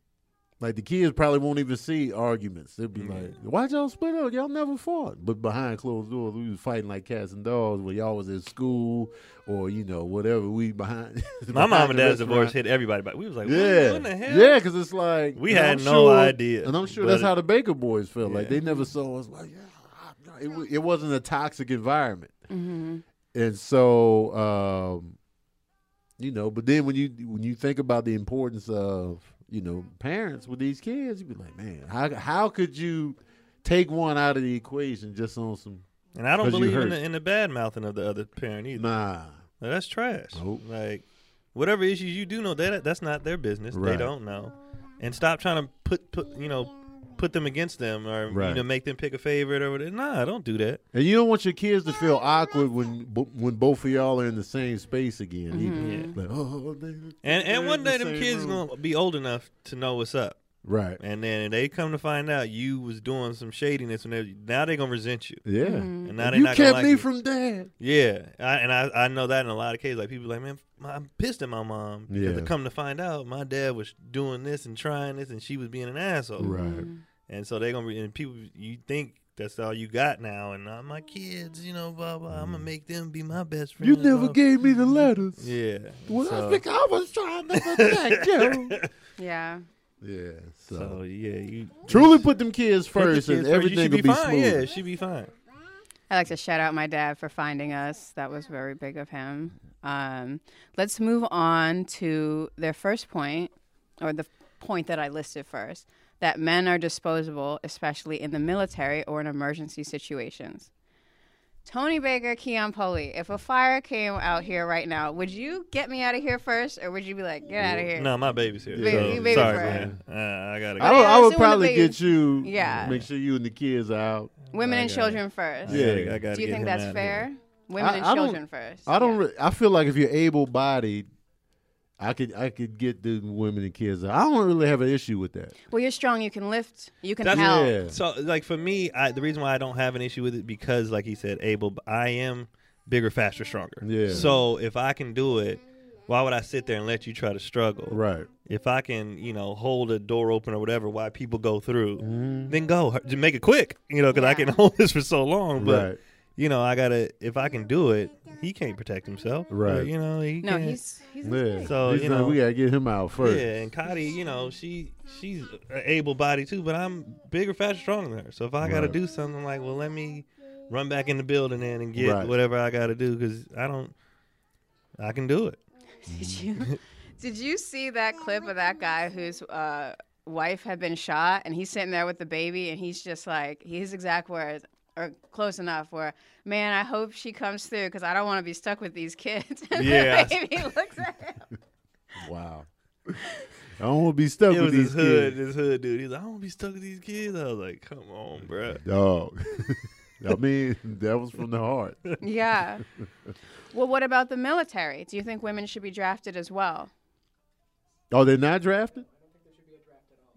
Speaker 1: Like the kids probably won't even see arguments. They'll be
Speaker 2: Yeah.
Speaker 1: like, "Why y'all split up? Y'all never fought." But behind closed doors, we was fighting like cats and dogs. Where y'all was at school or you know whatever we behind.
Speaker 2: My
Speaker 1: behind
Speaker 2: mom and
Speaker 1: the
Speaker 2: dad's
Speaker 1: restaurant.
Speaker 2: divorce hit everybody. But we was like, yeah,
Speaker 1: Yeah,
Speaker 2: what, in the hell?
Speaker 1: yeah, because it's like
Speaker 2: We
Speaker 1: and
Speaker 2: had
Speaker 1: I'm
Speaker 2: no
Speaker 1: sure-
Speaker 2: idea,
Speaker 1: and I'm sure
Speaker 2: but
Speaker 1: that's
Speaker 2: it-
Speaker 1: how the Baker Boys felt. Like
Speaker 2: Yeah.
Speaker 1: they never saw us. Like, yeah, it, wa- it wasn't a toxic environment
Speaker 3: hmm
Speaker 1: and so um you know but then when you when you think about the importance of you know parents with these kids you be like man how how could you take one out of the equation just on some
Speaker 2: And I don't
Speaker 1: 'Cause you
Speaker 2: believe in
Speaker 1: hurt.
Speaker 2: the, in the bad mouthing of the other parent either.
Speaker 1: nah
Speaker 2: Like, that's trash.
Speaker 1: Nope.
Speaker 2: Like whatever issues you do know, that that's not their business. They
Speaker 1: Right.
Speaker 2: don't know. And stop trying to put, put you know put them against them or you
Speaker 1: Right.
Speaker 2: know make them pick a favorite or whatever. Nah, don't do that.
Speaker 1: and you don't want your kids to feel awkward when bo- when both of y'all are in the same space again either.
Speaker 2: Yeah.
Speaker 1: Like, oh, they-
Speaker 2: And
Speaker 1: they're
Speaker 2: and one
Speaker 1: in the
Speaker 2: day them
Speaker 1: same
Speaker 2: kids
Speaker 1: room.
Speaker 2: gonna be old enough to know what's up.
Speaker 1: right
Speaker 2: And then they come to find out you was doing some shadiness and they- now they gonna resent you.
Speaker 1: yeah
Speaker 3: Mm-hmm.
Speaker 2: And now they
Speaker 1: you
Speaker 2: not gonna
Speaker 1: kept
Speaker 2: like
Speaker 1: me
Speaker 2: you.
Speaker 1: from dad
Speaker 2: Yeah, I, and I, I know that in a lot of cases, like people like, man, I'm pissed at my mom. Yeah.
Speaker 1: Yeah.
Speaker 2: come to find out, my dad was doing this and trying this, and she was being an asshole.
Speaker 1: right
Speaker 2: And so they're gonna be, and people, you think that's all you got now, and uh, my kids, you know, blah blah. I'm gonna make them be my best friend.
Speaker 1: Mm. you never
Speaker 2: blah.
Speaker 1: gave me the letters
Speaker 2: Yeah.
Speaker 1: well
Speaker 2: so,
Speaker 1: i think i was trying to protect you
Speaker 3: Yeah.
Speaker 1: yeah
Speaker 2: so yeah, you
Speaker 1: Truly put them kids
Speaker 2: put the
Speaker 1: first,
Speaker 2: kids
Speaker 1: and
Speaker 2: first, you
Speaker 1: everything
Speaker 2: should
Speaker 1: will be,
Speaker 2: fine.
Speaker 1: smooth.
Speaker 2: Yeah, she be fine.
Speaker 3: I like to shout out my dad for finding us. That was very big of him. Um, let's move on to their first point, or the point that I listed first that men are disposable, especially in the military or in emergency situations. Tony Baker, Keon Poli, if a fire came out here right now, would you get me out of here first, or would you be like, get out of here?
Speaker 2: No, my baby's here.
Speaker 1: Baby-
Speaker 2: so,
Speaker 1: baby
Speaker 2: sorry,
Speaker 1: for
Speaker 2: man. Uh,
Speaker 1: I
Speaker 2: I gotta. Go.
Speaker 1: would,
Speaker 3: yeah,
Speaker 1: I
Speaker 3: let's
Speaker 1: would
Speaker 3: do one of
Speaker 1: probably
Speaker 3: the
Speaker 1: get you.
Speaker 3: Yeah.
Speaker 1: Make sure you and the kids are out.
Speaker 3: Women
Speaker 2: I
Speaker 3: and
Speaker 2: got it.
Speaker 3: children first.
Speaker 1: Yeah.
Speaker 2: I gotta, I gotta
Speaker 3: Do you
Speaker 2: get
Speaker 3: think
Speaker 2: him
Speaker 3: that's
Speaker 2: out of
Speaker 3: fair?
Speaker 2: here.
Speaker 3: Women
Speaker 1: I-
Speaker 3: and
Speaker 1: I don't-
Speaker 3: children first.
Speaker 1: I don't.
Speaker 3: Yeah.
Speaker 1: Re- I feel like if you're able-bodied, I could I could get the women and kids. I don't really have an issue with that.
Speaker 3: Well, you're strong. You can lift. You can
Speaker 2: That's-
Speaker 3: help.
Speaker 1: Yeah.
Speaker 2: So like for me, I, the reason why I don't have an issue with it because like he said, able. but I am bigger, faster, stronger.
Speaker 1: Yeah.
Speaker 2: So if I can do it, why would I sit there and let you try to struggle?
Speaker 1: Right.
Speaker 2: If I can, you know, hold a door open or whatever, why people go through,
Speaker 1: Mm-hmm.
Speaker 2: then go. Just make it quick, you know, because I
Speaker 3: Yeah.
Speaker 2: can hold this for so long. But
Speaker 1: Right.
Speaker 2: you know, I gotta. If I can do it, he can't protect himself.
Speaker 1: Right.
Speaker 2: But, you know, he
Speaker 3: No,
Speaker 2: can't.
Speaker 3: he's he's
Speaker 1: Yeah.
Speaker 2: So,
Speaker 1: He's
Speaker 2: you
Speaker 1: like,
Speaker 2: know-
Speaker 1: we gotta get him out first.
Speaker 2: Yeah, and Cotty, you know, she she's able bodied too, but I'm bigger, faster, stronger than her. So if I got to
Speaker 1: Right.
Speaker 2: do something, I'm like, well, let me run back in the building then and get
Speaker 1: Right.
Speaker 2: whatever I got to do because I don't, I can do it.
Speaker 3: Did you did you see that clip of that guy whose uh, wife had been shot and he's sitting there with the baby and he's just like his exact words or close enough where man I hope she comes through because I don't want to be stuck with these kids. And the
Speaker 2: Yeah.
Speaker 3: baby looks at him.
Speaker 1: Wow. I don't want to be stuck
Speaker 2: it
Speaker 1: with
Speaker 2: was
Speaker 1: these
Speaker 2: this hood,
Speaker 1: kids.
Speaker 2: this hood dude. He's like, I don't be stuck with these kids. I was like, come on, bro.
Speaker 1: Dog. I mean, that was from the heart.
Speaker 3: Yeah. Well, what about the military? Do you think women should be drafted as well?
Speaker 1: Oh, they're not drafted.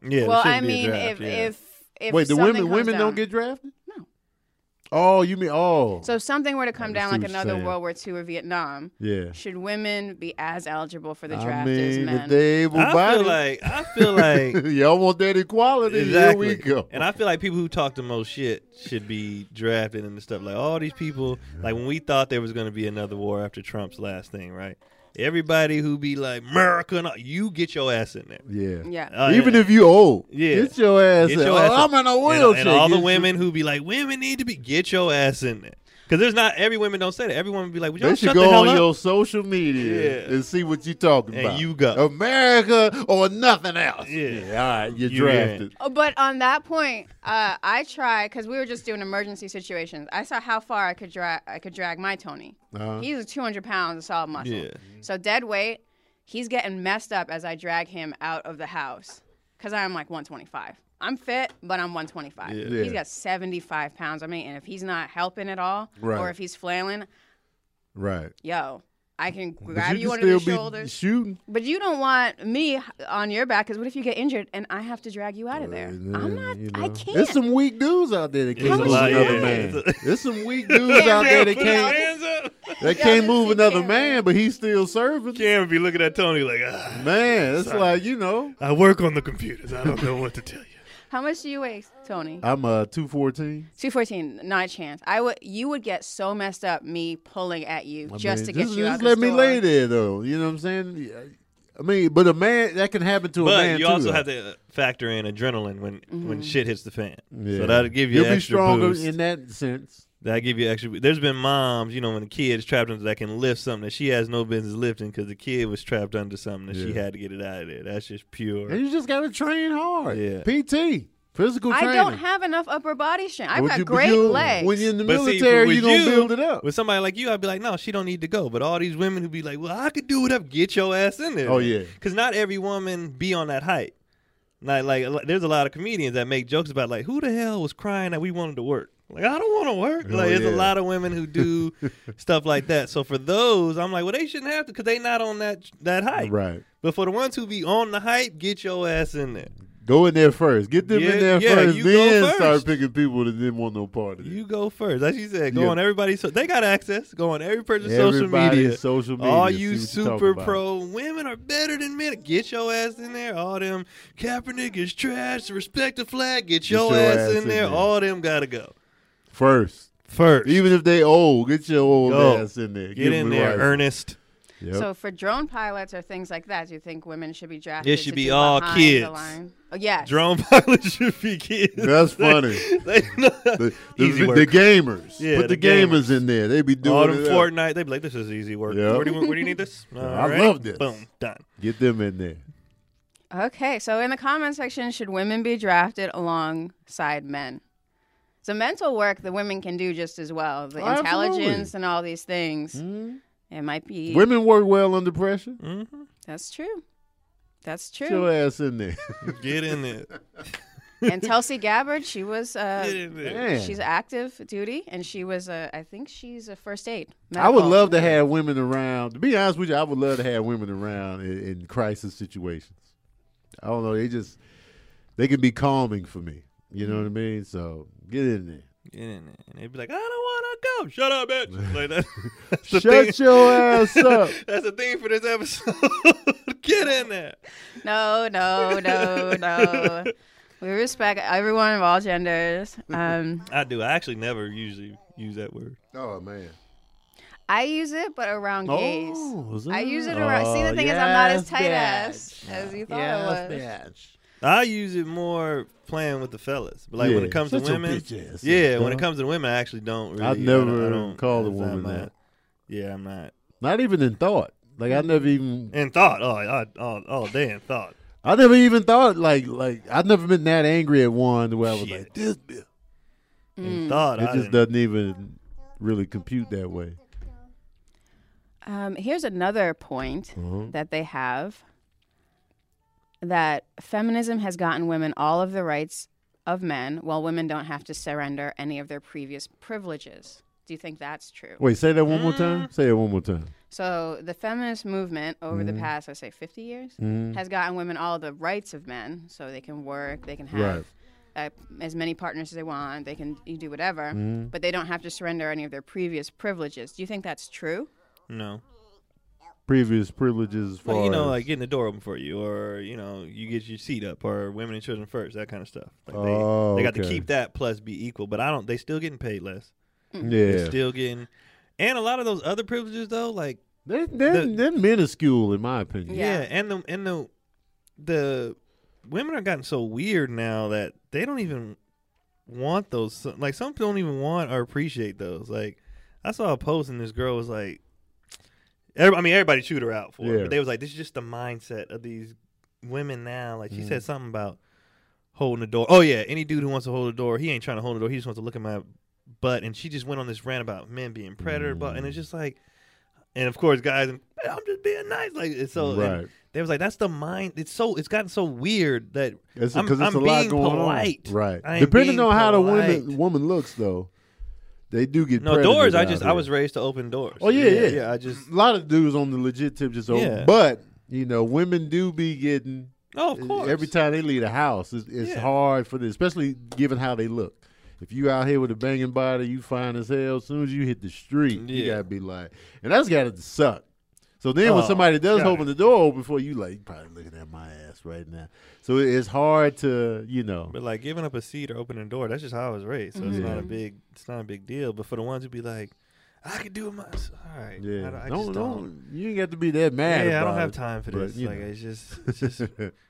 Speaker 2: Yeah. there
Speaker 3: well,
Speaker 2: shouldn't be a
Speaker 3: I mean,
Speaker 2: draft,
Speaker 3: if,
Speaker 2: yeah.
Speaker 3: if if
Speaker 1: Wait, the
Speaker 3: something
Speaker 1: women
Speaker 3: comes
Speaker 1: women
Speaker 3: down-
Speaker 1: don't get drafted.
Speaker 3: No.
Speaker 1: Oh, you mean oh?
Speaker 3: So if something were to come
Speaker 1: I see
Speaker 3: down like
Speaker 1: what you're
Speaker 3: another
Speaker 1: saying.
Speaker 3: World War II or Vietnam,
Speaker 1: yeah.
Speaker 3: should women be as eligible for the
Speaker 1: I
Speaker 3: draft as
Speaker 1: mean, if
Speaker 3: men?
Speaker 1: they able
Speaker 2: I feel
Speaker 1: bodied,
Speaker 2: like I feel like
Speaker 1: y'all want that equality.
Speaker 2: Exactly.
Speaker 1: Here we go.
Speaker 2: And I feel like people who talk the most shit should be drafted and stuff. Like all these people, like when we thought there was going to be another war after Trump's last thing, right? Everybody who be like America, and all, you get your ass in there.
Speaker 1: yeah.
Speaker 3: yeah.
Speaker 2: Uh,
Speaker 1: Even
Speaker 2: yeah.
Speaker 1: if you old,
Speaker 2: Yeah.
Speaker 1: get your ass.
Speaker 2: Get
Speaker 1: in.
Speaker 2: your ass
Speaker 1: oh, I'm in a
Speaker 2: and,
Speaker 1: wheelchair.
Speaker 2: and all the
Speaker 1: Get
Speaker 2: women who be like, women need to be get your ass in there, because there's not every women don't say that. Every woman be like, would
Speaker 1: your-
Speaker 2: y'all
Speaker 1: They should
Speaker 2: shut the
Speaker 1: go
Speaker 2: hell
Speaker 1: on
Speaker 2: up?
Speaker 1: your social media
Speaker 2: Yeah.
Speaker 1: and see what you talking
Speaker 2: And
Speaker 1: about.
Speaker 2: you go.
Speaker 1: America or nothing else.
Speaker 2: Yeah.
Speaker 1: all right, you're
Speaker 2: You in.
Speaker 1: drafted.
Speaker 3: Oh, but on that point, uh, I tried because we were just doing emergency situations. I saw how far I could drag. I could drag my Tony.
Speaker 1: Uh-huh.
Speaker 3: He's a 200 pounds of solid muscle.
Speaker 2: Yeah.
Speaker 3: So dead weight. He's getting messed up as I drag him out of the house because I'm like 125. I'm fit, but I'm 125.
Speaker 1: Yeah.
Speaker 3: He's got 75 pounds on me, and if he's not helping at all,
Speaker 1: Right.
Speaker 3: or if he's flailing,
Speaker 1: Right.
Speaker 3: yo, I can
Speaker 1: But
Speaker 3: grab you,
Speaker 1: can
Speaker 3: under the
Speaker 1: still be
Speaker 3: shoulders.
Speaker 1: shooting.
Speaker 3: But you don't want me on your back because what if you get injured and I have to drag you out of there? I'm
Speaker 1: Yeah,
Speaker 3: not.
Speaker 1: you
Speaker 3: I
Speaker 1: know.
Speaker 3: can't.
Speaker 1: There's some weak dudes out there that
Speaker 2: There's
Speaker 1: can't
Speaker 2: a
Speaker 1: move
Speaker 2: lot,
Speaker 1: another
Speaker 2: yeah.
Speaker 1: man.
Speaker 2: There's a-
Speaker 1: There's some weak dudes
Speaker 3: Yeah,
Speaker 1: out there that
Speaker 2: Put his
Speaker 1: can't
Speaker 2: hands up.
Speaker 1: that can't
Speaker 3: Yeah,
Speaker 1: move
Speaker 3: she
Speaker 1: another
Speaker 3: can't.
Speaker 1: man, but he's still serving.
Speaker 2: Cam be looking at Tony like, ah,
Speaker 1: Man, it's like you know.
Speaker 2: I work on the computers. I don't know what to tell you.
Speaker 3: How much do you weigh, Tony?
Speaker 1: I'm uh two fourteen.
Speaker 3: Two fourteen. Not a chance. I would. You would get so messed up me pulling at you
Speaker 1: I
Speaker 3: just
Speaker 1: mean,
Speaker 3: to get you
Speaker 1: just
Speaker 3: out. the
Speaker 1: let me
Speaker 3: store.
Speaker 1: lay there though. You know what I'm saying? I mean, but a man that can happen to a
Speaker 2: But
Speaker 1: man
Speaker 2: you
Speaker 1: too.
Speaker 2: also
Speaker 1: though.
Speaker 2: have to uh, factor in adrenaline when when shit hits the fan.
Speaker 1: Yeah.
Speaker 2: So that'll give you
Speaker 1: You'll
Speaker 2: an
Speaker 1: be
Speaker 2: extra
Speaker 1: stronger
Speaker 2: boost.
Speaker 1: in that sense.
Speaker 2: that'll give you extra. There's been moms, you know, when the kid's trapped under that can lift something that she has no business lifting because the kid was trapped under something that she
Speaker 1: Yeah.
Speaker 2: had to get it out of there. That's just pure.
Speaker 1: And you just gotta train hard.
Speaker 2: Yeah.
Speaker 1: PT. Physical
Speaker 3: I
Speaker 1: training.
Speaker 3: don't have enough upper body strength. I've
Speaker 1: Would
Speaker 3: got
Speaker 1: you- but
Speaker 3: great
Speaker 1: you-
Speaker 3: legs.
Speaker 1: When you're in the
Speaker 2: But see,
Speaker 1: military,
Speaker 2: with
Speaker 1: you don't
Speaker 2: you-
Speaker 1: build it up.
Speaker 2: With somebody like you, I'd be like, no, she don't need to go. But all these women who be like, well, I could do it up. Get your ass in there.
Speaker 1: Oh, yeah.
Speaker 2: Because not every woman be on that height. Not like a lo- there's a lot of comedians that make jokes about like who the hell was crying that we wanted to work. Like I don't want to work.
Speaker 1: Oh,
Speaker 2: Like there's
Speaker 1: yeah.
Speaker 2: a lot of women who do stuff like that. So for those, I'm like, well, they shouldn't have to because they not on that that height.
Speaker 1: Right.
Speaker 2: But for the ones who be on the hype, get your ass in there.
Speaker 1: Go in there first. Get them in
Speaker 2: Yeah,
Speaker 1: there
Speaker 2: yeah,
Speaker 1: first.
Speaker 2: you go
Speaker 1: Then
Speaker 2: first.
Speaker 1: start picking people that didn't want no part of it.
Speaker 2: You go first. Like she said, go
Speaker 1: Yeah.
Speaker 2: on everybody's. So they got access. Go on every person's social
Speaker 1: Everybody's
Speaker 2: media.
Speaker 1: social media.
Speaker 2: All
Speaker 1: see
Speaker 2: you
Speaker 1: what you're talking
Speaker 2: super
Speaker 1: about.
Speaker 2: pro women are better than men. Get your ass in there. All them Kaepernick is trash. Respect the flag. Get your, ass, in there. All them gotta go
Speaker 1: First.
Speaker 2: first.
Speaker 1: Even if they old, get your old
Speaker 2: Go.
Speaker 1: ass in there.
Speaker 2: Get
Speaker 1: Give them
Speaker 2: in there,
Speaker 1: right.
Speaker 2: Ernest.
Speaker 1: Yep.
Speaker 3: So for drone pilots or things like that, do you think women should be drafted?
Speaker 2: It should
Speaker 3: to
Speaker 2: be
Speaker 3: do
Speaker 2: all
Speaker 3: behind
Speaker 2: kids.
Speaker 3: The line? Oh, yes.
Speaker 2: Drone pilots should be kids.
Speaker 1: That's funny.
Speaker 2: They-
Speaker 1: the, the,
Speaker 2: Easy
Speaker 1: the
Speaker 2: work.
Speaker 1: gamers.
Speaker 2: Yeah,
Speaker 1: Put the,
Speaker 2: the
Speaker 1: gamers.
Speaker 2: gamers.
Speaker 1: in there. They be doing
Speaker 2: all them
Speaker 1: it up.
Speaker 2: Fortnite, they be like, "This is easy work.
Speaker 1: Yeah.
Speaker 2: Where, do you, where do you need this? All
Speaker 1: I
Speaker 2: right.
Speaker 1: love this.
Speaker 2: Boom, done.
Speaker 1: Get them in there.
Speaker 3: Okay, so in the comment section, should women be drafted alongside men? So mental work the women can do just as well. The
Speaker 1: Absolutely.
Speaker 3: intelligence and all these things. It might be
Speaker 1: Women work well under pressure.
Speaker 2: Mm-hmm.
Speaker 3: that's true. That's
Speaker 1: Get
Speaker 3: true.
Speaker 1: your ass in there.
Speaker 2: Get in there.
Speaker 3: and Tulsi Gabbard, she was uh,
Speaker 1: Man,
Speaker 3: she's active duty, and she was a I think she's a first aid.
Speaker 1: I would
Speaker 3: medical.
Speaker 1: love to have women around. To be honest with you, I would love to have women around in, in crisis situations. I don't know. They just they can be calming for me. You
Speaker 3: Mm-hmm.
Speaker 1: know what I mean? So get in there.
Speaker 2: Get in there. And they'd be like, I don't want to go. Shut up, bitch. Like that, that's the
Speaker 1: Shut
Speaker 2: thing.
Speaker 1: your ass up.
Speaker 2: That's the thing for this episode. Get in there.
Speaker 3: No, no, no, no. We respect everyone of all genders. Um,
Speaker 2: I do. I actually never usually use that word.
Speaker 1: Oh man.
Speaker 3: I use it, but around gays.
Speaker 1: Oh, is
Speaker 3: I
Speaker 1: that-
Speaker 3: use it around. See, the
Speaker 1: Oh,
Speaker 3: thing is, I'm not
Speaker 1: yes,
Speaker 3: as tight ass
Speaker 1: bitch.
Speaker 3: as you thought I
Speaker 1: Yes,
Speaker 3: was.
Speaker 1: bitch.
Speaker 2: I use it more playing with the fellas. But like when
Speaker 1: Yeah.
Speaker 2: it comes to
Speaker 1: Shut your
Speaker 2: women,
Speaker 1: bitch ass
Speaker 2: yeah,
Speaker 1: up,
Speaker 2: when it
Speaker 1: dog.
Speaker 2: comes to women, I actually don't. Really,
Speaker 1: I've
Speaker 2: I don't-
Speaker 1: never
Speaker 2: I don't,
Speaker 1: called a
Speaker 2: I'm
Speaker 1: woman
Speaker 2: not-
Speaker 1: that.
Speaker 2: Yeah, I'm not
Speaker 1: Not even in thought. Like I never even
Speaker 2: in thought. Oh, I, all, all day in thought.
Speaker 1: I never even thought like like I've never been that angry at one where I was
Speaker 2: Shit.
Speaker 1: like this bitch.
Speaker 3: Mm.
Speaker 2: In thought,
Speaker 1: It
Speaker 2: I
Speaker 1: just
Speaker 2: didn't-
Speaker 1: doesn't even really compute that way.
Speaker 3: Um, here's another point that they have that feminism has gotten women all of the rights of men, while women don't have to surrender any of their previous privileges. Do you think that's true?
Speaker 1: Wait, say that one more
Speaker 3: Mm-hmm.
Speaker 1: time. Say it one more time.
Speaker 3: So the feminist movement over
Speaker 1: Mm-hmm.
Speaker 3: the past, I say, 50 years, has gotten women all the rights of men, so they can work, they can have uh, as many partners as they want, they can you do whatever,
Speaker 1: Mm-hmm.
Speaker 3: but they don't have to surrender any of their previous privileges. Do you think that's true?
Speaker 2: no.
Speaker 1: Previous privileges, as far
Speaker 2: Well, you know,
Speaker 1: as-
Speaker 2: like getting the door open for you, or you know, you get your seat up, or women and children first, that kind of stuff. Like they,
Speaker 1: Oh,
Speaker 2: they got to
Speaker 1: okay.
Speaker 2: keep that plus be equal, but I don't. They still getting paid less. They're
Speaker 1: yeah,
Speaker 2: still getting, and a lot of those other privileges though, like
Speaker 1: they're, they're,
Speaker 2: the-
Speaker 1: they're minuscule in my opinion.
Speaker 2: yeah,
Speaker 3: Yeah.
Speaker 2: and the and the the women are gotten so weird now that they don't even want those. Like some don't even want or appreciate those. Like I saw a post and this girl was like, every, I mean, everybody chewed her out for it,
Speaker 1: Yeah.
Speaker 2: but they was like, this is just the mindset of these women now. Like she
Speaker 1: Mm.
Speaker 2: said something about holding the door. Oh yeah, any dude who wants to hold the door, he ain't trying to hold the door. He just wants to look at my butt. And she just went on this rant about men being predator, but and
Speaker 1: Mm.
Speaker 2: it's just like, and of course, guys, I'm just being nice. Like it's so and
Speaker 1: Right.
Speaker 2: They was like, that's the mind. It's so it's gotten so weird that
Speaker 1: It's
Speaker 2: I'm,
Speaker 1: because it's
Speaker 2: I'm
Speaker 1: a lot
Speaker 2: being
Speaker 1: going
Speaker 2: polite.
Speaker 1: on. Right.
Speaker 2: I am
Speaker 1: Depending
Speaker 2: being
Speaker 1: on how the
Speaker 2: polite.
Speaker 1: woman woman looks, though, they do get
Speaker 2: No
Speaker 1: predators
Speaker 2: doors. I
Speaker 1: out
Speaker 2: just
Speaker 1: here.
Speaker 2: I was raised to open doors.
Speaker 1: Oh yeah, yeah.
Speaker 2: yeah. I just
Speaker 1: a lot of dudes on the legit tip just open,
Speaker 2: Yeah.
Speaker 1: but you know, women do be getting
Speaker 2: oh of course
Speaker 1: Every time they leave the house, it's, it's
Speaker 2: Yeah.
Speaker 1: hard for them, especially given how they look. If you out here with a banging body, you fine as hell. As soon as you hit the street, you
Speaker 2: Yeah.
Speaker 1: gotta be like, and that's gotta suck. So then, when
Speaker 2: Oh,
Speaker 1: somebody does
Speaker 2: God.
Speaker 1: open the door open for you, like you probably looking at my ass right now. So it- it's hard to, you know,
Speaker 2: But like giving up a seat or opening a door, that's just how I was raised. So it's
Speaker 1: Mm-hmm.
Speaker 2: not a big, it's not a big deal. But for the ones who be like, I can do it myself. All right,
Speaker 1: yeah.
Speaker 2: I, don't- I
Speaker 1: don't,
Speaker 2: just
Speaker 1: don't,
Speaker 2: don't.
Speaker 1: you ain't got to be that mad.
Speaker 2: Yeah, I don't
Speaker 1: about
Speaker 2: have
Speaker 1: it,
Speaker 2: time for
Speaker 1: but,
Speaker 2: this.
Speaker 1: you
Speaker 2: like
Speaker 1: know.
Speaker 2: it's just, it's just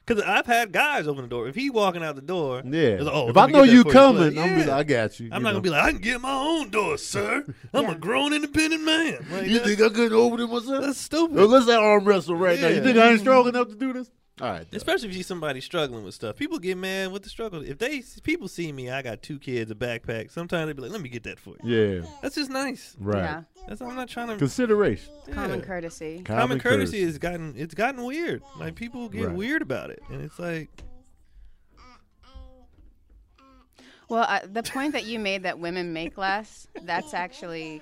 Speaker 2: because I've had guys open the door. If he walking out the door,
Speaker 1: yeah.
Speaker 2: it's like, oh,
Speaker 1: if
Speaker 2: let
Speaker 1: I
Speaker 2: me get
Speaker 1: know
Speaker 2: that
Speaker 1: you
Speaker 2: 40
Speaker 1: coming,
Speaker 2: foot.
Speaker 1: I'm be
Speaker 2: Yeah.
Speaker 1: like, I got you.
Speaker 2: I'm not gonna be like, I can get my own door, sir. I'm a
Speaker 3: Yeah.
Speaker 2: grown, independent man. Like,
Speaker 1: you
Speaker 2: that's,
Speaker 1: think I could open it myself?
Speaker 2: that's stupid.
Speaker 1: Yo, let's arm wrestle right now. You
Speaker 2: Yeah.
Speaker 1: think I ain't strong enough to do this? All right. though.
Speaker 2: Especially if you see somebody struggling with stuff. People get mad with the struggle. If they people see me, I got two kids, a backpack. Sometimes they be like, let me get that for you.
Speaker 1: Yeah.
Speaker 2: That's just nice.
Speaker 1: Right.
Speaker 3: Yeah.
Speaker 2: That's I'm not trying to.
Speaker 1: Consideration.
Speaker 2: yeah.
Speaker 3: Common courtesy.
Speaker 2: Common courtesy has gotten it's gotten weird. Like people get
Speaker 1: Right.
Speaker 2: weird about it, and it's like
Speaker 3: Well, uh, the point that you made that women make less, that's actually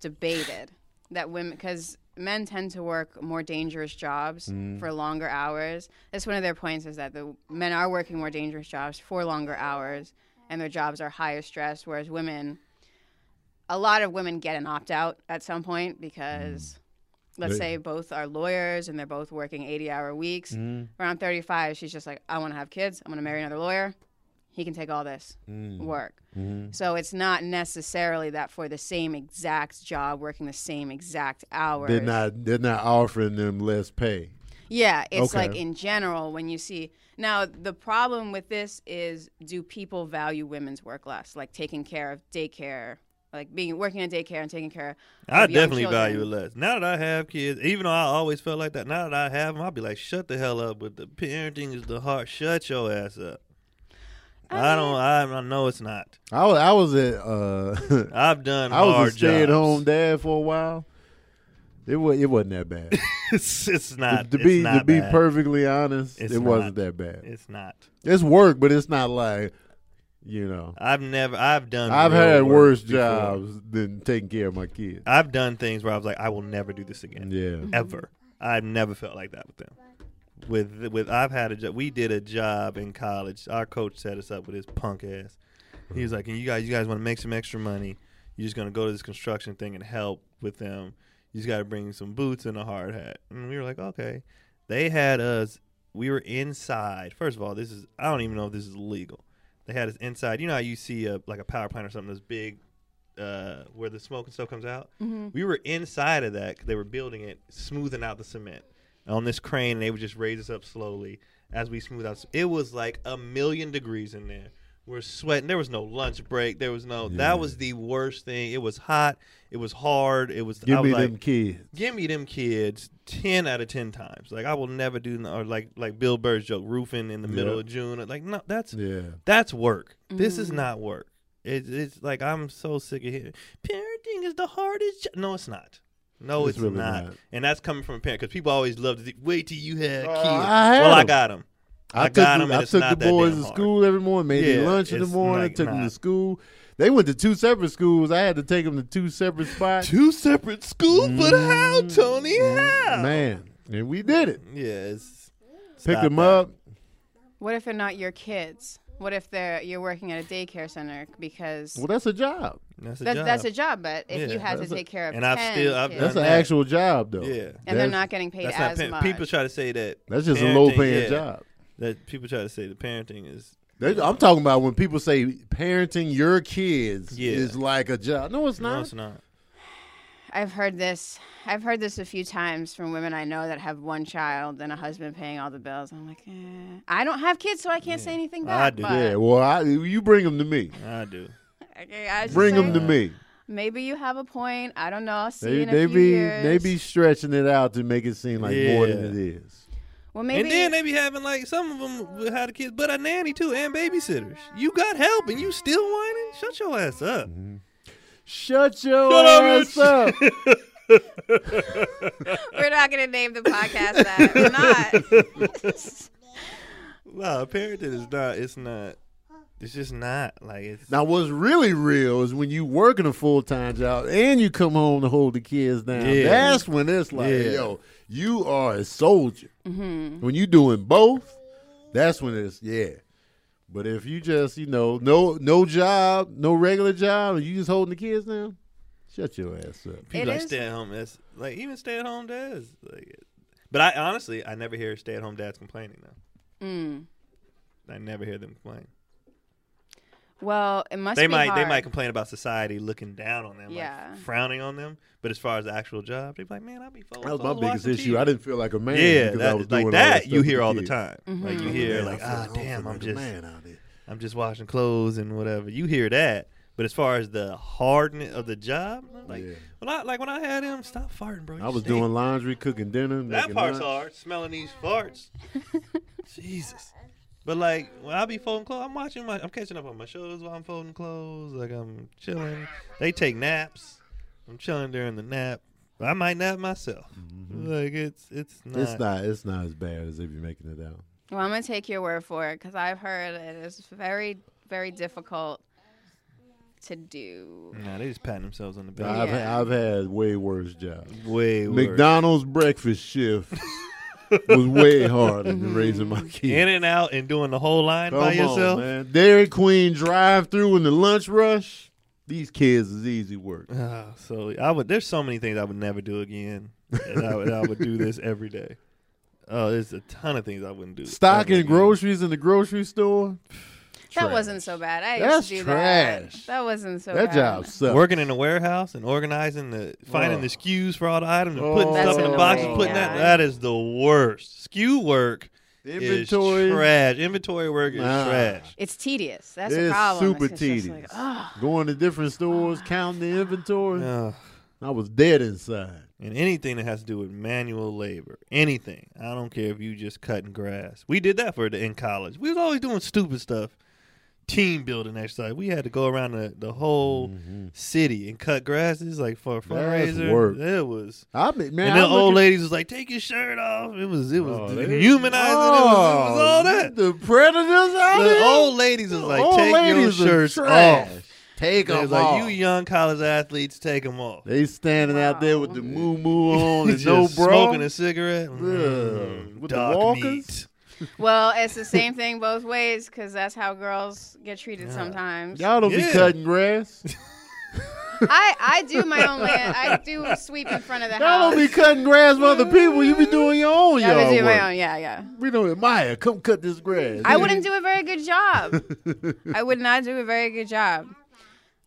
Speaker 3: debated. That women, because men tend to work more dangerous jobs for longer hours. That's one of their points is that the men are working more dangerous jobs for longer hours, and their jobs are higher stress, whereas women, a lot of women get an opt out at some point because. Let's
Speaker 1: They-
Speaker 3: say both are lawyers and they're both working 80 hour weeks. Around 35, she's just like, I want to have kids. I'm going to marry another lawyer he can take all this work.
Speaker 1: Mm-hmm.
Speaker 3: So it's not necessarily that for the same exact job, working the same exact hours.
Speaker 1: They're not. They're not offering them less pay.
Speaker 3: Yeah, it's like
Speaker 1: Okay.
Speaker 3: in general when you see. Now, the problem with this is do people value women's work less? Like taking care of daycare, like being working in daycare and taking care
Speaker 2: I
Speaker 3: of young
Speaker 2: definitely value it
Speaker 3: children.
Speaker 2: less. Now that I have kids, even though I always felt like that, now that I have them, I'll be like, shut the hell up. With the parenting is the heart. Shut your ass up. I don't. I, I know it's not.
Speaker 1: I was. I was at. Uh,
Speaker 2: I've done.
Speaker 1: I was
Speaker 2: hard
Speaker 1: a stay at
Speaker 2: jobs.
Speaker 1: home dad for a while, It was it wasn't that bad.
Speaker 2: it's it's not
Speaker 1: to
Speaker 2: it's
Speaker 1: be
Speaker 2: not
Speaker 1: to be
Speaker 2: bad.
Speaker 1: perfectly honest,
Speaker 2: It's
Speaker 1: it wasn't
Speaker 2: not.
Speaker 1: that bad.
Speaker 2: It's not.
Speaker 1: It's work, but it's not like you know.
Speaker 2: I've never. I've done.
Speaker 1: I've
Speaker 2: real
Speaker 1: had
Speaker 2: work
Speaker 1: worse
Speaker 2: before.
Speaker 1: jobs than taking care of my kids.
Speaker 2: I've done things where I was like, I will never do this again.
Speaker 1: Yeah.
Speaker 2: Ever. I've never felt like that with them. With with I've had a job. We did a job in college. Our coach set us up with his punk ass. He was like, "You guys, you guys want to make some extra money? You're just gonna go to this construction thing and help with them. You just got to bring some boots and a hard hat." And we were like, "Okay." They had us. We were inside. First of all, this is I don't even know if this is legal. They had us inside. You know how you see a like a power plant or something that's big, uh, where the smoke and stuff comes out. We were inside of that. 'cause They were building it, smoothing out the cement on this crane. And they would just raise us up slowly as we smooth out. It was like a million degrees in there. We're sweating. There was no lunch break. There was no.
Speaker 1: Yeah.
Speaker 2: That was the worst thing. It was hot. It was hard. It was. I
Speaker 1: Give
Speaker 2: was
Speaker 1: me
Speaker 2: like,
Speaker 1: them kids.
Speaker 2: give me them kids 10 out of 10 times like i will never do n- or like like bill burr's joke roofing in the middle
Speaker 1: Yep.
Speaker 2: of june Or, like no that's
Speaker 1: Yeah.
Speaker 2: that's work this
Speaker 3: Mm.
Speaker 2: is not work it, it's like i'm so sick of hearing parenting is the hardest jo-" no it's not no
Speaker 1: It's
Speaker 2: it's,
Speaker 1: really
Speaker 2: not.
Speaker 1: not.
Speaker 2: and that's coming from a parent because people always love to think, wait till you had kids
Speaker 1: Oh, I had
Speaker 2: well i
Speaker 1: 'em.
Speaker 2: got them
Speaker 1: I,
Speaker 2: I
Speaker 1: took,
Speaker 2: got
Speaker 1: the-
Speaker 2: 'em and
Speaker 1: I
Speaker 2: it's
Speaker 1: took
Speaker 2: not
Speaker 1: the
Speaker 2: that
Speaker 1: boys
Speaker 2: damn
Speaker 1: to
Speaker 2: hard.
Speaker 1: school every morning, made their
Speaker 2: Yeah,
Speaker 1: lunch in the
Speaker 2: it's
Speaker 1: morning,
Speaker 2: like
Speaker 1: took them to
Speaker 2: not.
Speaker 1: school. They went to two separate schools. I had to take them to two separate spots.
Speaker 2: two separate schools but how
Speaker 1: Mm,
Speaker 2: tony
Speaker 1: mm,
Speaker 2: how
Speaker 1: Man, and we did it.
Speaker 2: yes
Speaker 1: Picked
Speaker 2: Stop
Speaker 1: them
Speaker 2: that.
Speaker 1: up.
Speaker 3: What if they're not your kids? What if they're you're working at a daycare center because
Speaker 1: Well, that's a job.
Speaker 2: that's a
Speaker 3: that's,
Speaker 2: job.
Speaker 3: that's a job, but if
Speaker 2: Yeah,
Speaker 3: you had to
Speaker 1: that's a-
Speaker 3: take care of
Speaker 2: and
Speaker 3: 10
Speaker 2: I've still- I've
Speaker 3: kids,
Speaker 1: That's an
Speaker 2: that.
Speaker 1: actual job, though.
Speaker 2: Yeah.
Speaker 3: and they're
Speaker 1: That's-
Speaker 3: not getting paid
Speaker 2: That's
Speaker 3: as
Speaker 2: not, pa-
Speaker 3: much.
Speaker 2: people try to say that
Speaker 1: That's just a low
Speaker 2: parenting-
Speaker 1: paying
Speaker 2: yeah.
Speaker 1: job.
Speaker 2: that people try to say the parenting is.
Speaker 1: That- I'm talking about when people say parenting your kids
Speaker 2: Yeah.
Speaker 1: is like a job. No, it's not.
Speaker 2: No, it's not.
Speaker 3: I've heard this. I've heard this a few times from women I know that have one child and a husband paying all the bills. I'm like, eh. I don't have kids, so I can't say anything back.
Speaker 2: I do.
Speaker 3: But,
Speaker 1: yeah, well, I, you bring them to me.
Speaker 2: I do.
Speaker 3: okay, I was just
Speaker 1: Bring them
Speaker 3: saying,
Speaker 1: to me.
Speaker 3: Maybe you have a point. I don't know. I'll see you
Speaker 1: They,
Speaker 3: in a
Speaker 1: they
Speaker 3: few
Speaker 1: be
Speaker 3: years.
Speaker 1: they be stretching it out to make it seem like more than
Speaker 2: Yeah.
Speaker 1: it is.
Speaker 3: Well, maybe.
Speaker 2: And then they be having like some of them will have the kids, but a nanny too and babysitters. You got help and you still whining? Shut your ass up.
Speaker 1: Mm-hmm. Shut your
Speaker 2: Shut up,
Speaker 1: ass up.
Speaker 3: We're not gonna name the podcast that. We're not.
Speaker 2: Wow, parenting is not. It's not. It's just not like it's.
Speaker 1: now, what's really real is when you working a full time job and you come home to hold the kids down.
Speaker 2: Yeah.
Speaker 1: That's when it's like,
Speaker 2: Yeah.
Speaker 1: yo, you are a soldier.
Speaker 2: Mm-hmm.
Speaker 1: When you doing both, that's when it's yeah. But if you just you know no no job, no regular job, and you just holding the kids down, shut your ass up.
Speaker 2: People
Speaker 3: It
Speaker 2: like
Speaker 3: is-
Speaker 2: stay at home. That's like even stay at home dads. Like, but I honestly, I never hear stay at home dads complaining though.
Speaker 3: Mm.
Speaker 2: I never hear them complain.
Speaker 3: Well, it must
Speaker 2: they
Speaker 3: be
Speaker 2: might
Speaker 3: hard.
Speaker 2: they might complain about society looking down on them,
Speaker 3: Yeah.
Speaker 2: like frowning on them. But as far as the actual job, they be like, man, I'll be
Speaker 1: That was my biggest issue. I
Speaker 2: I
Speaker 1: didn't feel like a man.
Speaker 2: yeah,
Speaker 1: because I
Speaker 2: that,
Speaker 1: was doing
Speaker 2: like
Speaker 1: all
Speaker 2: that
Speaker 1: stuff
Speaker 2: you
Speaker 1: with
Speaker 2: hear all the
Speaker 1: kids.
Speaker 2: time. Like you hear
Speaker 1: Man, I
Speaker 2: like,
Speaker 1: feel- I
Speaker 2: ah,
Speaker 1: don't feel
Speaker 2: damn,
Speaker 1: like
Speaker 2: I'm
Speaker 1: a
Speaker 2: just
Speaker 1: man out here.
Speaker 2: I'm just washing clothes and whatever. You hear that, but as far as the hardness of the job, like
Speaker 1: Yeah.
Speaker 2: when I like when I had him, stop farting, bro. You
Speaker 1: I was
Speaker 2: stink."
Speaker 1: doing laundry, cooking dinner.
Speaker 2: that
Speaker 1: making
Speaker 2: part's
Speaker 1: lunch.
Speaker 2: hard. Smelling these farts, Jesus. But like when I be folding clothes, I'm watching my, I'm catching up on my shows while I'm folding clothes. Like I'm chilling. They take naps. I'm chilling during the nap. I might nap myself. Like it's it's not.
Speaker 1: Mm-hmm. It's not. It's not as bad as if you're making it out.
Speaker 3: Well, I'm gonna take your word for it because I've heard it is very, very difficult to do.
Speaker 2: Nah, they just patting themselves on the
Speaker 1: But
Speaker 2: back.
Speaker 1: I've
Speaker 3: Yeah.
Speaker 1: I've had way worse jobs.
Speaker 2: Way worse.
Speaker 1: McDonald's breakfast shift was way harder than raising my kids.
Speaker 2: In and out and doing the whole line
Speaker 1: Come
Speaker 2: by
Speaker 1: on,
Speaker 2: yourself.
Speaker 1: man. Dairy Queen drive through in the lunch rush. These kids is easy work.
Speaker 2: Ah, so I would. There's so many things I would never do again. And I would, I would do this every day. Oh, there's a ton of things I wouldn't do. ever
Speaker 1: Stocking
Speaker 2: again.
Speaker 1: groceries in the grocery store.
Speaker 3: That
Speaker 1: Trash.
Speaker 3: wasn't so bad. I
Speaker 1: That's
Speaker 3: used to do
Speaker 1: trash.
Speaker 3: that. That wasn't so
Speaker 1: That
Speaker 3: bad.
Speaker 1: job sucks.
Speaker 2: Working in a warehouse and organizing the finding
Speaker 1: Oh.
Speaker 2: the SKUs for all the items and putting
Speaker 1: Oh.
Speaker 2: stuff in the
Speaker 3: That's
Speaker 2: boxes,
Speaker 3: annoying,
Speaker 2: putting that
Speaker 3: yeah.
Speaker 2: that is the worst. SKU work
Speaker 1: inventory.
Speaker 2: is trash. Inventory work is
Speaker 1: Nah.
Speaker 2: trash.
Speaker 3: It's tedious. That's
Speaker 1: It's
Speaker 3: the problem.
Speaker 1: super
Speaker 3: it's just like,
Speaker 1: tedious.
Speaker 3: ah.
Speaker 1: Going to different stores, counting the inventory.
Speaker 2: Ugh.
Speaker 1: I was dead inside.
Speaker 2: And anything that has to do with manual labor, anything. I don't care if you just cutting grass. We did that for the in college. We was always doing stupid stuff. team building exercise. We had to go around the, the whole city and cut grasses like for a
Speaker 1: That's
Speaker 2: fundraiser.
Speaker 1: Mm-hmm. work.
Speaker 2: It was.
Speaker 1: I mean, man,
Speaker 2: and the
Speaker 1: I'm
Speaker 2: old
Speaker 1: looking-
Speaker 2: ladies was like, "Take your shirt off." It was it was
Speaker 1: Oh, they-
Speaker 2: dehumanizing. it, was, it was all that.
Speaker 1: Oh, The predators out
Speaker 2: The
Speaker 1: there.
Speaker 2: old ladies was like,
Speaker 1: Old
Speaker 2: "Take your
Speaker 1: ladies are
Speaker 2: shirts
Speaker 1: trash.
Speaker 2: off."
Speaker 1: Take
Speaker 2: They
Speaker 1: them
Speaker 2: was
Speaker 1: off.
Speaker 2: like, "You young college athletes, take them off."
Speaker 1: they standing out there with the moo moo on and
Speaker 2: Just
Speaker 1: no bra.
Speaker 2: smoking a cigarette. Mm,
Speaker 1: With the
Speaker 2: dark
Speaker 1: walkers?
Speaker 3: Well, it's the same thing both ways because that's how girls get treated sometimes.
Speaker 1: Y'all don't be
Speaker 2: Yeah.
Speaker 1: cutting grass.
Speaker 3: I, I do my own land. I do sweep in front of the
Speaker 1: Y'all
Speaker 3: house.
Speaker 1: don't be cutting grass for other people. You be doing your own
Speaker 3: I would
Speaker 1: yard
Speaker 3: do
Speaker 1: work.
Speaker 3: my own. Yeah, yeah.
Speaker 1: We know Maya, come cut this grass.
Speaker 3: I wouldn't do a very good job. I would not do a very good job.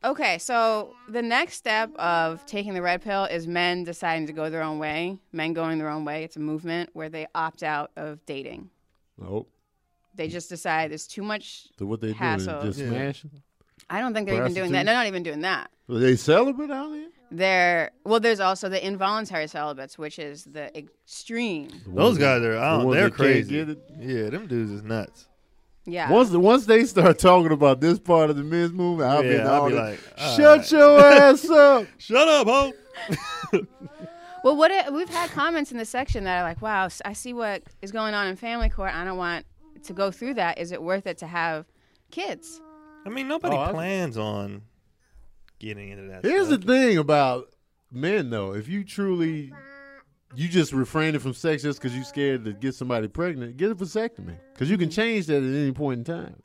Speaker 3: Okay, so the next step of taking the red pill is men deciding to go their own way, men going their own way. It's a movement where they opt out of dating.
Speaker 1: Oh,
Speaker 3: They just decide it's too much.
Speaker 1: so what they do is
Speaker 3: Hassle.
Speaker 1: just
Speaker 2: Yeah.
Speaker 1: smashing.
Speaker 3: I don't think they're even doing
Speaker 1: Prostitutes?
Speaker 3: that. They're not even doing that.
Speaker 1: Are they celibate out there?
Speaker 3: There, well, there's also the involuntary celibates, which is the extreme.
Speaker 2: Those guys are
Speaker 1: The
Speaker 2: I don't,
Speaker 1: ones
Speaker 2: they're
Speaker 1: that can't
Speaker 2: crazy.
Speaker 1: get it.
Speaker 2: Yeah, them dudes is nuts.
Speaker 3: Yeah.
Speaker 1: Once once they start talking about this part of the men's movement, I'll be,
Speaker 2: Yeah, I'll be
Speaker 1: like,
Speaker 2: like, all
Speaker 1: "Shut
Speaker 2: right."
Speaker 1: your ass up!"
Speaker 2: Shut up, ho.
Speaker 3: Well, what it, we've had comments in the section that are like, "Wow, s- I see what is going on in family court. I don't want to go through that. Is it worth it to have kids?"
Speaker 2: I mean, nobody
Speaker 1: Oh, I-
Speaker 2: plans on getting into that.
Speaker 1: Here's the
Speaker 2: stuff.
Speaker 1: thing about men, though: if you truly you just refraining from sex just because you're scared to get somebody pregnant, get a vasectomy because you can change that at any point in time.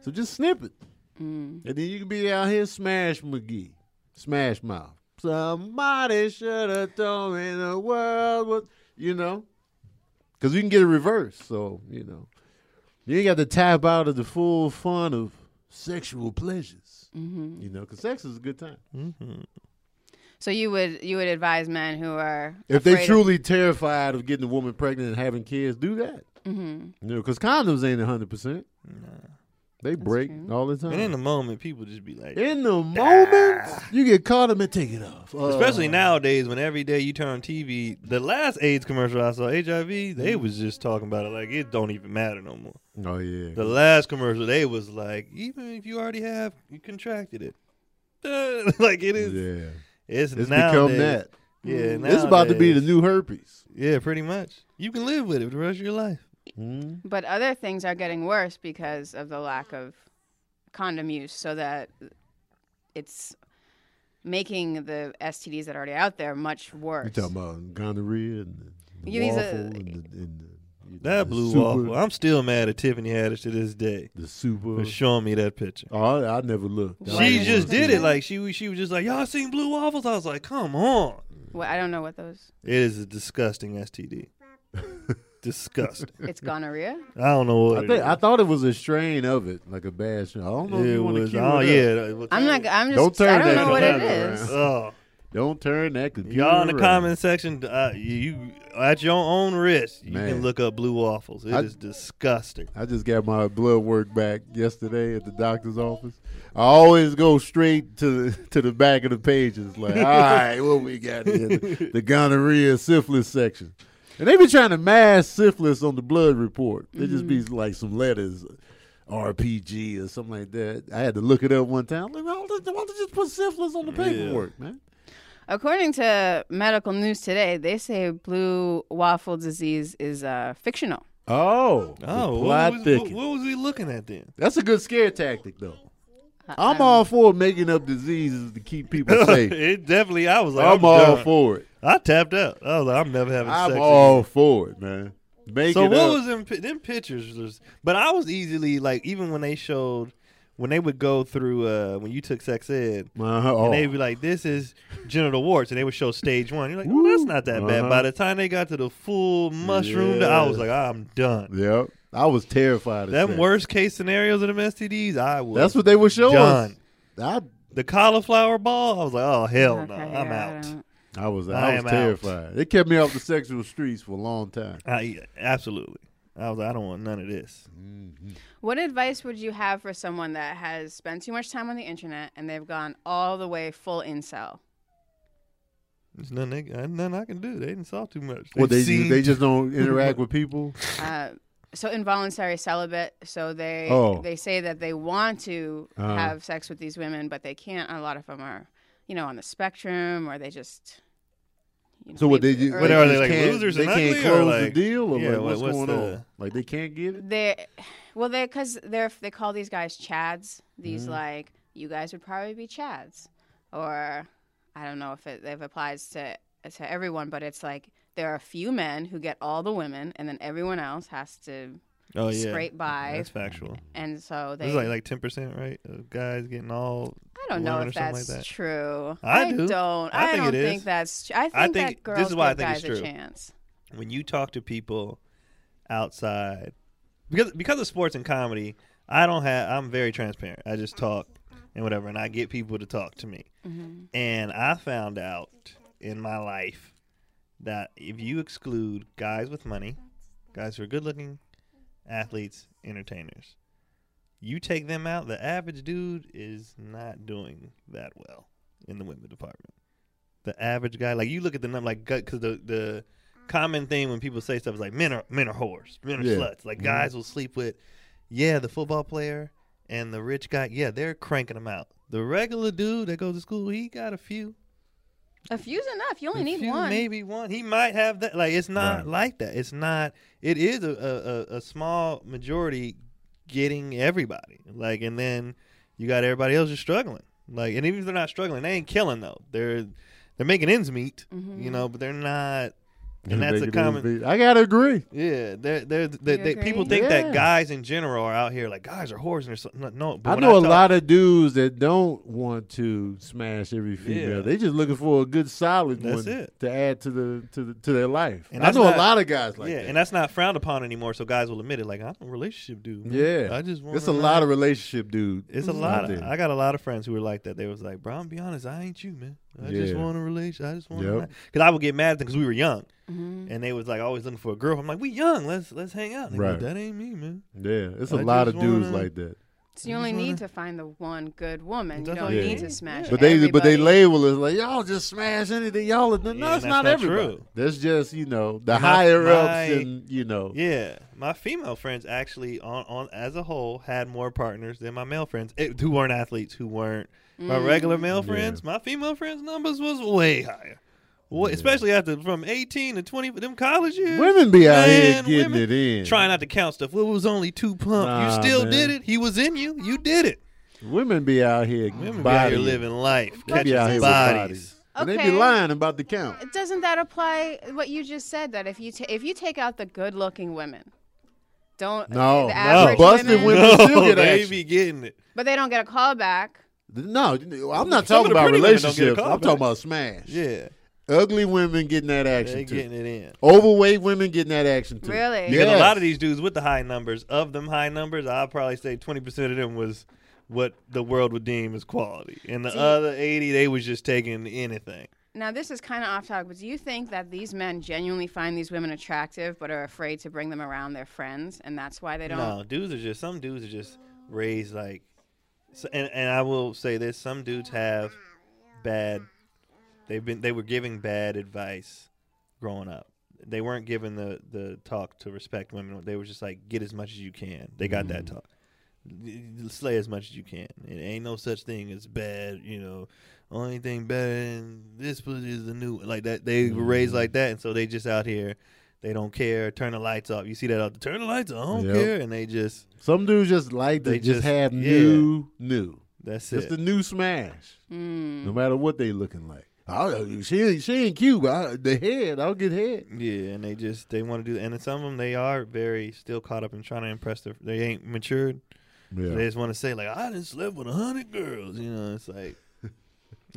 Speaker 1: So just snip it, and then you can be out here smash McGee, smash mouth. Somebody should have told me the world was, you know, because you can get a reverse. So you know, you ain't got to tap out of the full fun of sexual pleasures. You know, because sex is a good time.
Speaker 3: So you would you would advise men who are
Speaker 1: If they
Speaker 3: afraid of-
Speaker 1: truly terrified of getting a woman pregnant and having kids, do that. Mm-hmm. You know, because condoms ain't hundred percent. They break all the time.
Speaker 2: And in the moment, people just be like,
Speaker 1: In the moment, you get caught up and take it off. Uh,
Speaker 2: especially nowadays when every day you turn on TV, the last AIDS commercial I saw, HIV, they
Speaker 1: Mm-hmm.
Speaker 2: was just talking about it like it don't even matter no more.
Speaker 1: Oh yeah.
Speaker 2: The last commercial, they was like, even if you already have, you contracted it. Uh, like it is,
Speaker 1: yeah.
Speaker 2: it's,
Speaker 1: It's
Speaker 2: nowadays.
Speaker 1: become that.
Speaker 2: Yeah,
Speaker 1: It's about to be the
Speaker 2: nowadays.
Speaker 1: new herpes.
Speaker 2: yeah, pretty much. You can live with it the rest of your life.
Speaker 1: Mhm.
Speaker 3: but other things are getting worse because of the lack of condom use. So that it's making the STDs that are already out there much worse.
Speaker 1: You talking about gonorrhea and the
Speaker 3: You need to-
Speaker 1: waffle and the, and the, you know,
Speaker 2: That
Speaker 1: the
Speaker 2: blue
Speaker 1: super,
Speaker 2: waffle. I'm still mad at Tiffany Haddish to this day
Speaker 1: The super.
Speaker 2: for showing me that picture.
Speaker 1: Oh, I, I never looked. I
Speaker 2: She
Speaker 1: never
Speaker 2: just
Speaker 1: looked.
Speaker 2: did it like she was- she was just like y'all seen blue waffles. I was like, come on,
Speaker 3: Well, I don't know what those.
Speaker 2: it is a disgusting STD. disgusting.
Speaker 3: It's gonorrhea.
Speaker 2: I don't know what.
Speaker 1: I,
Speaker 2: it
Speaker 1: think,
Speaker 2: is.
Speaker 1: I thought it was a strain of it, like a bad strain. I don't know if
Speaker 2: it
Speaker 1: you want to
Speaker 2: was.
Speaker 1: keep
Speaker 2: Oh
Speaker 1: it up.
Speaker 2: yeah. that- well,
Speaker 3: I'm not. I'm just.
Speaker 1: Don't turn
Speaker 3: I don't
Speaker 1: that
Speaker 3: know what it
Speaker 1: computer
Speaker 3: is.
Speaker 1: around.
Speaker 2: Oh,
Speaker 1: Don't turn that computer.
Speaker 2: y'all in the
Speaker 1: around.
Speaker 2: comment section, uh, you, you at your own risk, you
Speaker 1: Man.
Speaker 2: can look up blue waffles. It is
Speaker 1: I-
Speaker 2: disgusting.
Speaker 1: I just got my blood work back yesterday at the doctor's office. I always go straight to the, to the back of the pages, like, all right, what we got here? The, the gonorrhea syphilis section. And they be trying to mask syphilis on the blood report. It just be
Speaker 2: Mm-hmm.
Speaker 1: like some letters, RPG or something like that. I had to look it up one time. I'm like, why don't they- why don't they just put syphilis on the paperwork, man?
Speaker 3: According to medical news today, they say blue waffle disease is uh, fictional.
Speaker 1: Oh, the plot
Speaker 2: Oh, what was, what,
Speaker 1: thickens.
Speaker 2: what was we looking at then?
Speaker 1: That's a good scare tactic, though. I'm all for making up diseases to keep people safe.
Speaker 2: it definitely. I was like,
Speaker 1: I'm all
Speaker 2: done.
Speaker 1: for it.
Speaker 2: I tapped out. I was like, I'm never having
Speaker 1: I'm
Speaker 2: sex.
Speaker 1: all for it, man. Make
Speaker 2: again. So
Speaker 1: it
Speaker 2: what
Speaker 1: up.
Speaker 2: was in pi- them pictures? Was, but I was easily like, even when they showed, when they would go through, uh, when you took sex ed,
Speaker 1: Uh-huh. Oh.
Speaker 2: and they'd be like, "This is genital warts," and they would show stage one. You're like,
Speaker 1: Woo.
Speaker 2: "Well, that's not that
Speaker 1: Uh-huh.
Speaker 2: bad." By the time they got to the full mushroom, I was like, "I'm done."
Speaker 1: Oh, Yep. I was terrified of
Speaker 2: Them
Speaker 1: sex.
Speaker 2: worst case scenarios of them STDs, I was.
Speaker 1: That's what they were showing. us.
Speaker 2: done.
Speaker 1: I
Speaker 2: The cauliflower ball, I was like, "Oh hell no,
Speaker 3: Okay,
Speaker 2: I'm
Speaker 3: yeah, I
Speaker 2: out."
Speaker 3: don't-
Speaker 1: I was
Speaker 2: I
Speaker 1: I, was
Speaker 2: am out.
Speaker 1: terrified. It kept me off the sexual streets for a long time.
Speaker 2: I, yeah, absolutely. I was like, I don't want none of this. Mm-hmm.
Speaker 3: What advice would you have for someone that has spent too much time on the internet and they've gone all the way full incel?
Speaker 2: There's nothing, they, uh, nothing I can do. They didn't saw too much.
Speaker 1: Well, they
Speaker 2: seen
Speaker 1: they just don't interact with people.
Speaker 3: Uh, so involuntary celibate. So they
Speaker 1: Oh.
Speaker 3: they say that they want to
Speaker 1: Uh-huh.
Speaker 3: have sex with these women, but they can't. A lot of them are, you know, on the spectrum, or they just. You know,
Speaker 1: So what they
Speaker 3: leave
Speaker 1: do?
Speaker 3: early.
Speaker 2: What are they, like,
Speaker 1: can't-
Speaker 2: losers
Speaker 1: They
Speaker 2: and
Speaker 1: can't
Speaker 2: ugly, or,
Speaker 1: close
Speaker 2: like-
Speaker 1: the deal, or
Speaker 2: Yeah,
Speaker 1: like,
Speaker 2: what-
Speaker 1: what's,
Speaker 2: what's
Speaker 1: going
Speaker 2: the-
Speaker 1: on? Like they can't get it.
Speaker 3: They, well, they because they're they call these guys chads. These
Speaker 2: Mm-hmm.
Speaker 3: like you guys would probably be chads, or I don't know if it if it applies to to everyone, but it's like there are a few men who get all the women, and then everyone else has to,
Speaker 2: Oh yeah,
Speaker 3: Scrape by.
Speaker 2: That's factual.
Speaker 3: and so they.
Speaker 2: It's like like ten percent, right? Of guys getting all.
Speaker 3: I don't know
Speaker 2: women or
Speaker 3: if
Speaker 2: something
Speaker 3: that's
Speaker 2: like that.
Speaker 3: true.
Speaker 2: I do.
Speaker 3: not
Speaker 2: I
Speaker 3: I,
Speaker 2: think
Speaker 3: don't
Speaker 2: it
Speaker 3: think
Speaker 2: is.
Speaker 3: that's. Tr- I think,
Speaker 2: think-
Speaker 3: that girls
Speaker 2: this is why I
Speaker 3: give
Speaker 2: think it's
Speaker 3: guys a
Speaker 2: true.
Speaker 3: chance.
Speaker 2: When you talk to people outside, because because of sports and comedy, I don't have. I'm very transparent. I just talk and whatever, and I get people to talk to me. And I found out in my life that if you exclude guys with money, guys who are good looking, athletes, entertainers, you take them out, the average dude is not doing that well in the women department. The average guy, like you look at the number, like because the the common thing when people say stuff is like men are men are whores, men are
Speaker 1: Yeah.
Speaker 2: sluts. Like guys will sleep with, yeah, the football player and the rich guy. Yeah, they're cranking them out. The regular dude that goes to school, he got a few.
Speaker 3: A few's enough. You only
Speaker 2: A
Speaker 3: need
Speaker 2: few,
Speaker 3: one.
Speaker 2: Maybe one. He might have that. Like it's not
Speaker 1: Right.
Speaker 2: like that. It's not. It is a, a, a, a small majority getting everybody. Like and then you got everybody else just struggling. Like and even if they're not struggling, they ain't killing though. They're they're making ends meet. You know, but they're not. And that's a
Speaker 1: Making
Speaker 2: common.
Speaker 1: it easy. I gotta agree.
Speaker 2: Yeah, they're, they're, they
Speaker 3: You
Speaker 2: they people
Speaker 3: agree?
Speaker 2: think
Speaker 1: Yeah.
Speaker 2: that guys in general are out here like guys are whores and they're so- no. no but
Speaker 1: I
Speaker 2: when
Speaker 1: know a
Speaker 2: talk-
Speaker 1: lot of dudes that don't want to smash every female.
Speaker 2: Yeah.
Speaker 1: They just looking for a good solid
Speaker 2: That's
Speaker 1: one
Speaker 2: it.
Speaker 1: to add to the to the, to their life.
Speaker 2: And
Speaker 1: I
Speaker 2: that's
Speaker 1: know a
Speaker 2: not-
Speaker 1: lot of guys like
Speaker 2: yeah,
Speaker 1: that.
Speaker 2: and that's not frowned upon anymore. So guys will admit it. Like I'm a relationship dude. man.
Speaker 1: yeah,
Speaker 2: I just want.
Speaker 1: it's a lot of relationship, dude.
Speaker 2: It's a
Speaker 1: out
Speaker 2: lot.
Speaker 1: there.
Speaker 2: I got a lot of friends who were like that. They was like, "Bro, I'm be honest. I ain't you, man. I just
Speaker 1: Yeah.
Speaker 2: want a relation. I just want."
Speaker 1: Yep.
Speaker 2: Because I would get mad at them because we were young,
Speaker 3: Mm-hmm.
Speaker 2: and they was like always looking for a girl. I'm like, "We young. Let's let's hang out." And they go,
Speaker 1: Right.
Speaker 2: that ain't me, man.
Speaker 1: yeah, it's a
Speaker 2: I
Speaker 1: lot
Speaker 2: just
Speaker 1: of dudes
Speaker 2: wanna-
Speaker 1: like that.
Speaker 3: So you only need to find the one good woman. You
Speaker 2: That's
Speaker 3: don't
Speaker 2: all you
Speaker 3: need
Speaker 2: need.
Speaker 3: to smash.
Speaker 2: Yeah.
Speaker 1: But they but they
Speaker 3: everybody.
Speaker 1: label it like y'all just smash anything. Y'all are, no,
Speaker 2: Yeah,
Speaker 1: it's
Speaker 2: that's
Speaker 1: not,
Speaker 2: not
Speaker 1: everybody.
Speaker 2: true.
Speaker 1: That's just you know the
Speaker 2: My-
Speaker 1: higher
Speaker 2: my-
Speaker 1: ups and you know
Speaker 2: Yeah, my female friends actually on on as a whole had more partners than my male friends eh, who weren't athletes who weren't my regular male
Speaker 1: Yeah.
Speaker 2: friends. My female friends numbers was way higher. Wa- Especially after from 18 to 20, them college years.
Speaker 1: women be out
Speaker 2: Man,
Speaker 1: here getting
Speaker 2: women
Speaker 1: it in.
Speaker 2: Try not to count stuff. Well, it was only two pump.
Speaker 1: Nah,
Speaker 2: you still
Speaker 1: man.
Speaker 2: did it. He was in you. You did it.
Speaker 1: Women be out here
Speaker 2: Women be out
Speaker 1: bodying.
Speaker 2: here living life,
Speaker 1: They
Speaker 2: catching
Speaker 1: be out here with
Speaker 2: bodies.
Speaker 1: bodies. And they be
Speaker 3: Okay.
Speaker 1: lying about the count.
Speaker 3: Doesn't that apply? What you just said that if you ta- if you take out the good looking women, don't
Speaker 1: No, no.
Speaker 3: the average
Speaker 1: Busted
Speaker 3: women,
Speaker 1: women- still get
Speaker 2: they
Speaker 1: action.
Speaker 2: be getting it.
Speaker 3: but they don't get a call back.
Speaker 1: No, I'm not
Speaker 2: Some of
Speaker 1: talking
Speaker 2: the
Speaker 1: about
Speaker 2: pretty women don't get a
Speaker 1: relationships.
Speaker 2: call
Speaker 1: I'm
Speaker 2: back.
Speaker 1: talking about smash.
Speaker 2: Yeah,
Speaker 1: Ugly women getting that action
Speaker 2: they
Speaker 1: too.
Speaker 2: getting it in.
Speaker 1: Overweight women getting that action too.
Speaker 3: Really?
Speaker 1: Yeah.
Speaker 3: Because
Speaker 2: Because a lot of these dudes with the high numbers, of them high numbers, I'd probably say twenty percent of them was what the world would deem as quality, and the
Speaker 3: See-
Speaker 2: other eighty they was just taking anything.
Speaker 3: Now this is kind of off topic, but do you think that these men genuinely find these women attractive, but are afraid to bring them around their friends, and that's why they don't?
Speaker 2: No, dudes are just some dudes are just raised like, so, and and I will say this: some dudes have bad. They've been they were giving bad advice growing up. They weren't given the the talk to respect women. They were just like get as much as you can. They got
Speaker 1: Mm-hmm.
Speaker 2: that talk. Slay as much as you can. It ain't no such thing as bad. You know, only thing better than this pussy is the new like that. They were
Speaker 1: Mm-hmm.
Speaker 2: raised like that, and so they just out here. They don't care. Turn the lights off. You see that? out there, Turn the lights off. I don't
Speaker 1: Yep.
Speaker 2: care. And they just
Speaker 1: Some dudes just like to
Speaker 2: They
Speaker 1: just,
Speaker 2: just-
Speaker 1: have
Speaker 2: yeah.
Speaker 1: new, new.
Speaker 2: that's
Speaker 1: Just
Speaker 2: it. Mm-hmm.
Speaker 1: the new smash.
Speaker 3: Mm.
Speaker 1: No matter what they looking like. I, she ain't she ain't cute, but I, the head, I'll get head.
Speaker 2: Yeah, and they just they want to do, and then some of them they are very still caught up in trying to impress their. They ain't matured. So they
Speaker 1: Yeah.
Speaker 2: just want to say like, I didn't slept with a hundred girls. You know, it's like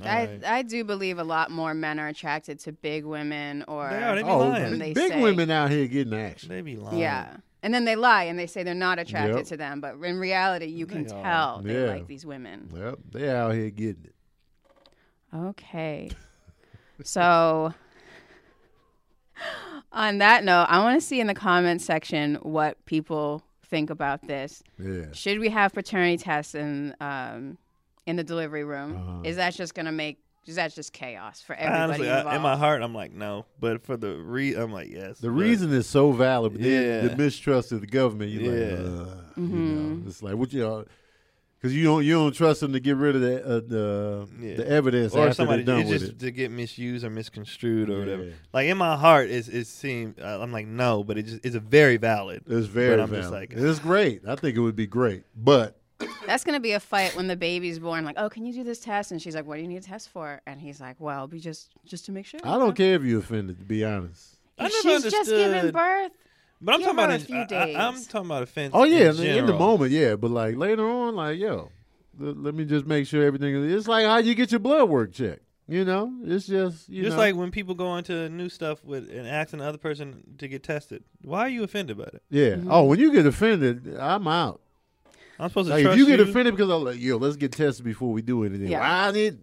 Speaker 3: I
Speaker 2: alright.
Speaker 3: I do believe a lot more men are attracted to big women or
Speaker 2: They are, they be
Speaker 1: Oh,
Speaker 2: lying.
Speaker 1: big,
Speaker 3: They
Speaker 1: big
Speaker 3: say-
Speaker 1: women out here getting action.
Speaker 2: they be lying.
Speaker 3: Yeah. And then they lie and they say they're not attracted
Speaker 1: Yep.
Speaker 3: to them, but in reality, you can
Speaker 2: They are.
Speaker 3: tell they
Speaker 1: Yeah.
Speaker 3: like these women.
Speaker 1: Yep, they out here getting it.
Speaker 3: Okay. so, on that note, I want to see in the comments section what people think about this.
Speaker 1: Yeah.
Speaker 3: Should we have paternity tests in um, in the delivery room?
Speaker 1: Uh-huh.
Speaker 3: Is that just going to make Just that's just chaos for everybody
Speaker 2: Honestly, I,
Speaker 3: involved.
Speaker 2: in my heart, I'm like no, but for the re, I'm like yes.
Speaker 1: The
Speaker 2: but-
Speaker 1: reason is so valid, but then
Speaker 2: Yeah.
Speaker 1: the mistrust of the government. You're
Speaker 2: Yeah.
Speaker 1: like, "Ugh," you know, it's like what you know, because you don't you don't trust them to get rid of the uh, the,
Speaker 2: Yeah.
Speaker 1: the evidence
Speaker 2: or
Speaker 1: after
Speaker 2: somebody
Speaker 1: they're done
Speaker 2: it's
Speaker 1: with
Speaker 2: just
Speaker 1: it.
Speaker 2: to get misused or misconstrued or whatever.
Speaker 1: Yeah.
Speaker 2: Like in my heart, it's, it seemed uh, I'm like no, but it just it's a very valid.
Speaker 1: It's very
Speaker 2: I'm
Speaker 1: valid.
Speaker 2: just like-
Speaker 1: it's great. I think it would be great, but
Speaker 3: That's gonna be a fight when the baby's born. Like, oh, can you do this test? And she's like, what do you need a test for? And he's like, well, we just just to make sure.
Speaker 1: I don't care if you offended. To be honest.
Speaker 2: I
Speaker 3: If
Speaker 2: never
Speaker 3: she's just giving
Speaker 2: understood-
Speaker 3: birth.
Speaker 2: But I'm
Speaker 3: Give
Speaker 2: talking about
Speaker 3: her a
Speaker 2: in-
Speaker 3: few
Speaker 2: I, I, I'm
Speaker 3: days.
Speaker 2: talking about offense.
Speaker 1: Oh yeah,
Speaker 2: in,
Speaker 1: in, in the
Speaker 2: general.
Speaker 1: moment, yeah, but like later on, like yo, le- let me just make sure everything. is It's like how you get your blood work checked. You know, it's just you
Speaker 2: Just
Speaker 1: know.
Speaker 2: like when people go into new stuff with and asking the other person to get tested. Why are you offended by it?
Speaker 1: yeah. Oh, when you get offended, I'm out.
Speaker 2: I'm supposed to
Speaker 1: Like if
Speaker 2: trust
Speaker 1: you get offended because I'm like, yo, let's get tested before we do anything.
Speaker 3: Yeah.
Speaker 1: Well, I need.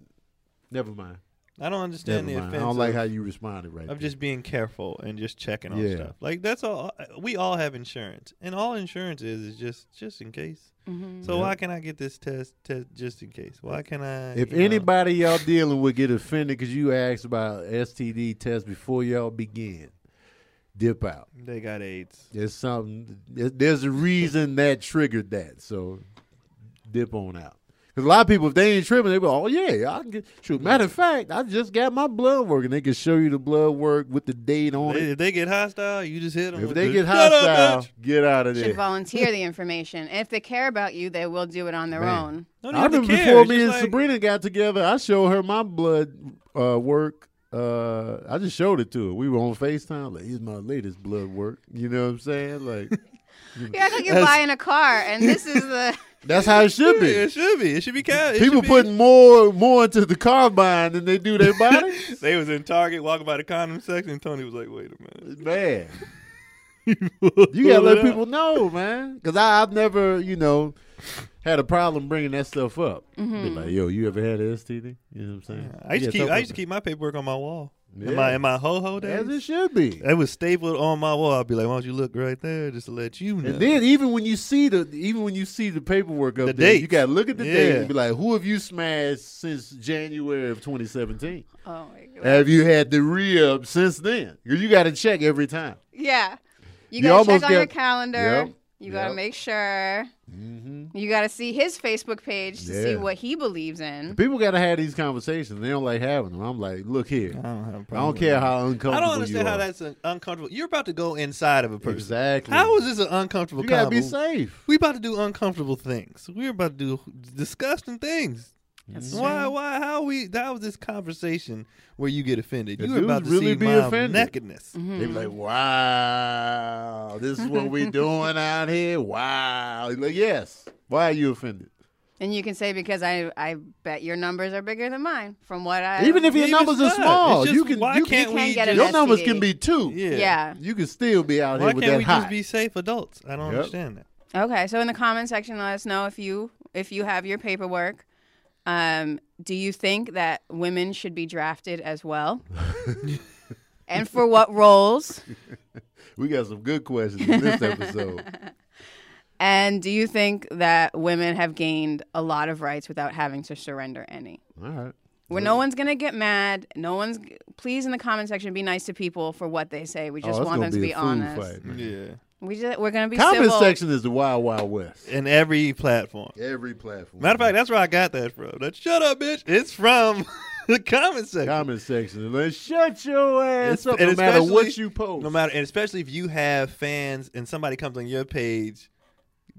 Speaker 1: Never mind.
Speaker 2: I don't
Speaker 1: Never
Speaker 2: understand the
Speaker 1: mind. I
Speaker 2: offense.
Speaker 1: don't like
Speaker 2: of,
Speaker 1: how you responded right.
Speaker 2: of
Speaker 1: there.
Speaker 2: just being careful and just checking on
Speaker 1: Yeah.
Speaker 2: stuff. Like that's all. uh, We all have insurance, and all insurance is is just just in case.
Speaker 3: Mm-hmm.
Speaker 2: So
Speaker 1: Yep.
Speaker 2: why can I get this test test just in case? Why can I?
Speaker 1: If
Speaker 2: you know?
Speaker 1: anybody y'all dealing with get offended because you asked about STD test before y'all begin, dip out.
Speaker 2: they got AIDS,
Speaker 1: There's something. there- There's a reason that triggered that. So dip on out. Because a lot of people, if they ain't tripping, they be, oh yeah, I can get. Shoot, matter of fact, I just got my blood work, and they can show you the blood work with the date on
Speaker 2: They-
Speaker 1: it.
Speaker 2: if they get hostile, you just hit them.
Speaker 1: If they get hostile, get out of
Speaker 3: Should
Speaker 1: there.
Speaker 3: volunteer the information. If they care about you, they will do it on their
Speaker 1: Man.
Speaker 3: own.
Speaker 1: I remember before me and Sabrina got together, I showed her my blood uh, work. Uh, I just showed it to her. We were on Facetime. Like, here's my latest blood work. You know what I'm saying? Like,
Speaker 3: You act like you're buying a car, and this is the
Speaker 1: that's how it should
Speaker 2: It
Speaker 1: be.
Speaker 2: should be. It should be counted. It
Speaker 1: People
Speaker 2: should be-
Speaker 1: putting more more into the car buying than they do their body.
Speaker 2: They was in Target walking by the condom section. and Tony was like, "Wait a minute."
Speaker 1: man, you gotta let people know, man. Because I've never, you know, had a problem bringing that stuff up. Be like, yo, you ever had an STD? You know what I'm saying?
Speaker 2: Mm-hmm. I
Speaker 1: Yeah,
Speaker 2: used to keep.
Speaker 1: talk
Speaker 2: I
Speaker 1: about
Speaker 2: used to keep my paperwork on my wall.
Speaker 1: Yeah.
Speaker 2: In my in my ho ho
Speaker 1: that. As it
Speaker 2: days,
Speaker 1: should be.
Speaker 2: it was stapled on my wall. I'd be like, "Why don't you look right there, just to let you know."
Speaker 1: And then even when you see the even when you see the paperwork up
Speaker 2: The
Speaker 1: there, you
Speaker 2: dates.
Speaker 1: gotta look at the date
Speaker 2: Yeah.
Speaker 1: and be like, who have you smashed since January of 2017?
Speaker 3: oh my god.
Speaker 1: Have you had the re-up since then? 'Cause You gotta check every time.
Speaker 3: Yeah. You
Speaker 1: You
Speaker 3: gotta
Speaker 1: almost
Speaker 3: check on your
Speaker 1: get-
Speaker 3: calendar.
Speaker 1: Yep,
Speaker 3: You gotta
Speaker 1: yep.
Speaker 3: make sure.
Speaker 2: Mm-hmm.
Speaker 3: You gotta see his Facebook page to see
Speaker 1: Yeah.
Speaker 3: what he believes in.
Speaker 1: People gotta have these conversations. They don't like having them. I'm like, look here.
Speaker 2: I don't have a
Speaker 1: I
Speaker 2: problem
Speaker 1: don't
Speaker 2: with
Speaker 1: care
Speaker 2: that.
Speaker 1: how uncomfortable.
Speaker 2: I don't understand
Speaker 1: you
Speaker 2: how
Speaker 1: are.
Speaker 2: that's an uncomfortable. You're about to go inside of a person.
Speaker 1: exactly.
Speaker 2: How is this an uncomfortable?
Speaker 1: you gotta be
Speaker 2: combo?
Speaker 1: safe.
Speaker 2: We about to do uncomfortable things. We're about to do disgusting things. Why? Why? How we? That was this conversation where you get offended.
Speaker 1: The
Speaker 2: You were about to
Speaker 1: dudes really
Speaker 2: see
Speaker 1: be
Speaker 2: my
Speaker 1: offended.
Speaker 2: nakedness.
Speaker 1: They be like, wow, this is what we doing out here. Wow. Like, yes. Why are you offended?
Speaker 3: And you can say because I I bet your numbers are bigger than mine from what I
Speaker 1: Even if your
Speaker 2: Leave
Speaker 1: numbers
Speaker 2: it
Speaker 1: are
Speaker 2: aside.
Speaker 1: small,
Speaker 2: It's
Speaker 1: you
Speaker 2: just,
Speaker 1: can
Speaker 2: Why
Speaker 1: you can,
Speaker 2: can't
Speaker 3: You can't
Speaker 2: we
Speaker 3: get an
Speaker 2: just-
Speaker 1: your numbers can be two.
Speaker 2: Yeah.
Speaker 3: yeah.
Speaker 1: You can still be out
Speaker 2: Why
Speaker 1: here with
Speaker 2: can't
Speaker 1: that
Speaker 2: we
Speaker 1: high.
Speaker 2: just be safe adults? I don't
Speaker 1: Yep.
Speaker 2: understand that.
Speaker 3: Okay, so in the comment section, let us know if you if you have your paperwork. Um, do you think that women should be drafted as well? and for what roles?
Speaker 1: we got some good questions in this episode.
Speaker 3: And do you think that women have gained a lot of rights without having to surrender any?
Speaker 1: All right.
Speaker 3: Where no one's gonna get mad. No one's. Please, in the comment section, be nice to people for what they say. We
Speaker 1: Oh,
Speaker 3: just
Speaker 1: it's
Speaker 3: want
Speaker 1: gonna
Speaker 3: them to
Speaker 1: be
Speaker 3: be
Speaker 1: a food
Speaker 3: honest.
Speaker 1: fight, man.
Speaker 2: Yeah.
Speaker 3: We just we're gonna be
Speaker 1: Comment
Speaker 3: civil.
Speaker 1: section is the wild wild west.
Speaker 2: In every platform.
Speaker 1: Every platform.
Speaker 2: Matter of fact, that's where I got that from. That shut up, bitch. It's from the comment section.
Speaker 1: comment section. and Let's shut your ass
Speaker 2: It's-
Speaker 1: up.
Speaker 2: and
Speaker 1: No matter what
Speaker 2: especially-
Speaker 1: you post.
Speaker 2: No matter, and especially if you have fans and somebody comes on your page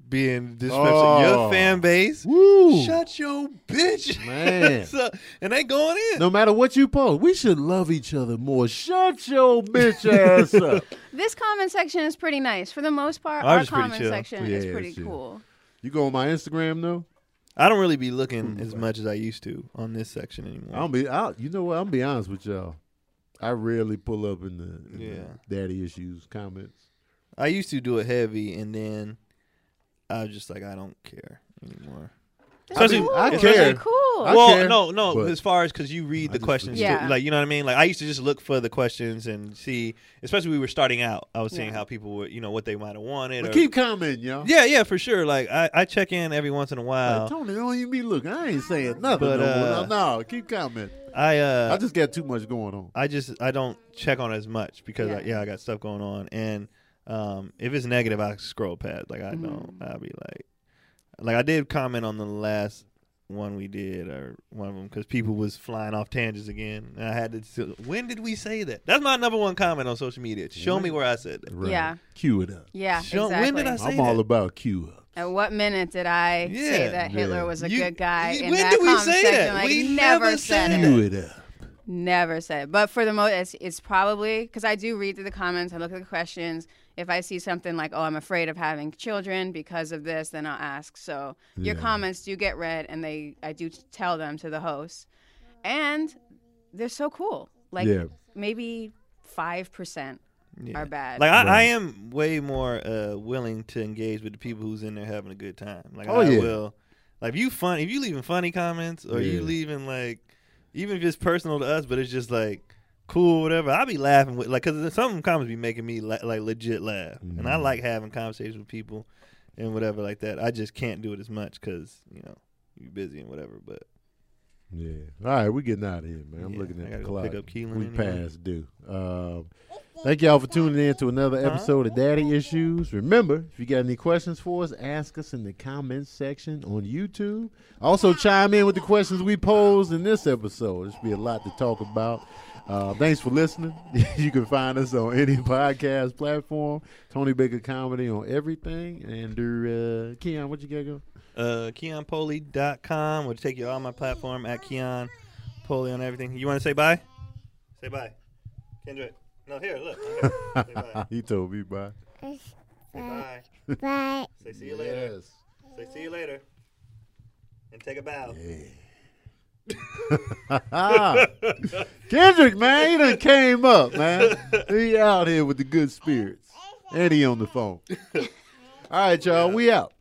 Speaker 2: being disrespectful,
Speaker 1: Oh.
Speaker 2: your fan base.
Speaker 1: Woo.
Speaker 2: Shut your bitch,
Speaker 1: Man.
Speaker 2: ass up. and they going in.
Speaker 1: no matter what you post, we should love each other more. Shut your bitch ass up.
Speaker 3: This comment section is pretty nice for the most part.
Speaker 2: Ours
Speaker 3: our
Speaker 2: is pretty
Speaker 3: comment
Speaker 2: chill.
Speaker 3: section
Speaker 1: Yeah,
Speaker 3: is
Speaker 1: it's
Speaker 3: pretty
Speaker 1: chill.
Speaker 3: cool.
Speaker 1: You go on my Instagram though.
Speaker 2: I don't really be
Speaker 1: Mm.
Speaker 2: looking as much as I used to on this section anymore.
Speaker 1: I'll be. I'll, you know what? I'm gonna be honest with y'all. I rarely pull up in the, in
Speaker 2: Yeah.
Speaker 1: the daddy issues comments.
Speaker 2: I used to do it heavy, and then I was just like, I don't care anymore.
Speaker 3: This is
Speaker 2: Especially-
Speaker 3: cool.
Speaker 1: I
Speaker 3: This
Speaker 1: care.
Speaker 3: is cool.
Speaker 1: I
Speaker 2: well,
Speaker 1: care,
Speaker 2: no, no.
Speaker 1: but
Speaker 2: as far as because you read
Speaker 1: I
Speaker 2: the
Speaker 1: just-
Speaker 2: questions,
Speaker 3: Yeah.
Speaker 2: too, like you know what I mean. Like I used to just look for the questions and see, especially we were starting out. I was seeing
Speaker 3: Yeah.
Speaker 2: how people were, you know, what they might have wanted.
Speaker 1: But
Speaker 2: Or,
Speaker 1: keep commenting, y'all.
Speaker 2: yeah, yeah, for sure. Like I, I check in every once in a while.
Speaker 1: Like, Tony, don't even be looking. I ain't saying nothing.
Speaker 2: Uh, But,
Speaker 1: no, more.
Speaker 2: uh,
Speaker 1: no, no, keep commenting.
Speaker 2: I uh,
Speaker 1: I just got too much going on.
Speaker 2: I just I don't check on it as much because yeah, I,
Speaker 3: Yeah.
Speaker 2: yeah, I got stuff going on, and um, if it's negative, I scroll past. Like I don't,
Speaker 3: Mhm.
Speaker 2: I'll be like, like I did comment on the last one we did or one of them because people was flying off tangents again. And I had to. still- When did we say that? That's my number one comment on social media. Show me
Speaker 1: When?
Speaker 2: where I said that.
Speaker 1: Right.
Speaker 3: Yeah.
Speaker 1: Cue it up.
Speaker 3: Yeah,
Speaker 2: Show-
Speaker 3: exactly.
Speaker 2: when did I say
Speaker 1: I'm
Speaker 2: that?
Speaker 1: all about cue up.
Speaker 3: At what minute did I say
Speaker 2: Yeah.
Speaker 3: that Hitler
Speaker 1: Yeah.
Speaker 3: was a
Speaker 2: You-
Speaker 3: good guy?
Speaker 2: you-
Speaker 3: in
Speaker 2: when
Speaker 3: that
Speaker 2: did we say
Speaker 3: conversation?
Speaker 2: that?
Speaker 3: Like,
Speaker 2: We
Speaker 3: never,
Speaker 2: never
Speaker 3: said
Speaker 2: said
Speaker 3: it.
Speaker 1: Cue it up.
Speaker 3: Never said it. But for the most, it's, it's probably because I do read through the comments. I look at the questions. If I see something like, "Oh, I'm afraid of having children because of this," then I'll ask. So your
Speaker 1: Yeah.
Speaker 3: comments do get read, and they I do t- tell them to the host, and they're so cool. Like
Speaker 1: Yeah.
Speaker 3: maybe five percent
Speaker 2: Yeah.
Speaker 3: are bad.
Speaker 2: Like I, I
Speaker 1: Right.
Speaker 2: am way more uh, willing to engage with the people who's in there having a good time. Like
Speaker 1: Oh,
Speaker 2: I
Speaker 1: yeah.
Speaker 2: will. Like if you fun, if you leaving funny comments or you
Speaker 1: Yeah.
Speaker 2: leaving like, even if it's personal to us, but it's just like cool, whatever. I'll be laughing with like because some comments be making me la- like legit laugh, and I
Speaker 1: Mhm.
Speaker 2: like having conversations with people and whatever like that. I just can't do it as much because you know you busy and whatever. But
Speaker 1: Yeah. All right, we're getting out of here, man. I'm
Speaker 2: Yeah,
Speaker 1: looking
Speaker 2: I
Speaker 1: at
Speaker 2: gotta
Speaker 1: the
Speaker 2: go
Speaker 1: clock.
Speaker 2: pick up Keelan
Speaker 1: we
Speaker 2: anyway.
Speaker 1: passed due. Um, thank y'all for tuning in to another
Speaker 2: Huh?
Speaker 1: episode of Daddy Issues. Remember, if you got any questions for us, ask us in the comments section on YouTube. Also, chime in with the questions we posed in this episode. There should be a lot to talk about. Uh, thanks for listening. you can find us on any podcast platform. Tony Baker Comedy on everything. And uh, Keon, what you got going?
Speaker 2: uh, KeonPoli.com will take you to all my platform at Keon Poli on everything. You want to say bye? Say bye, Kendrick. No, here, look. Say bye.
Speaker 1: he told me bye.
Speaker 2: Say bye.
Speaker 4: Bye.
Speaker 2: Say see you later.
Speaker 1: Yes.
Speaker 2: Say see you later. And take a bow.
Speaker 1: Kendrick, man, he done came up, man. He out here with the good spirits. And he on the phone. All right, y'all, we out.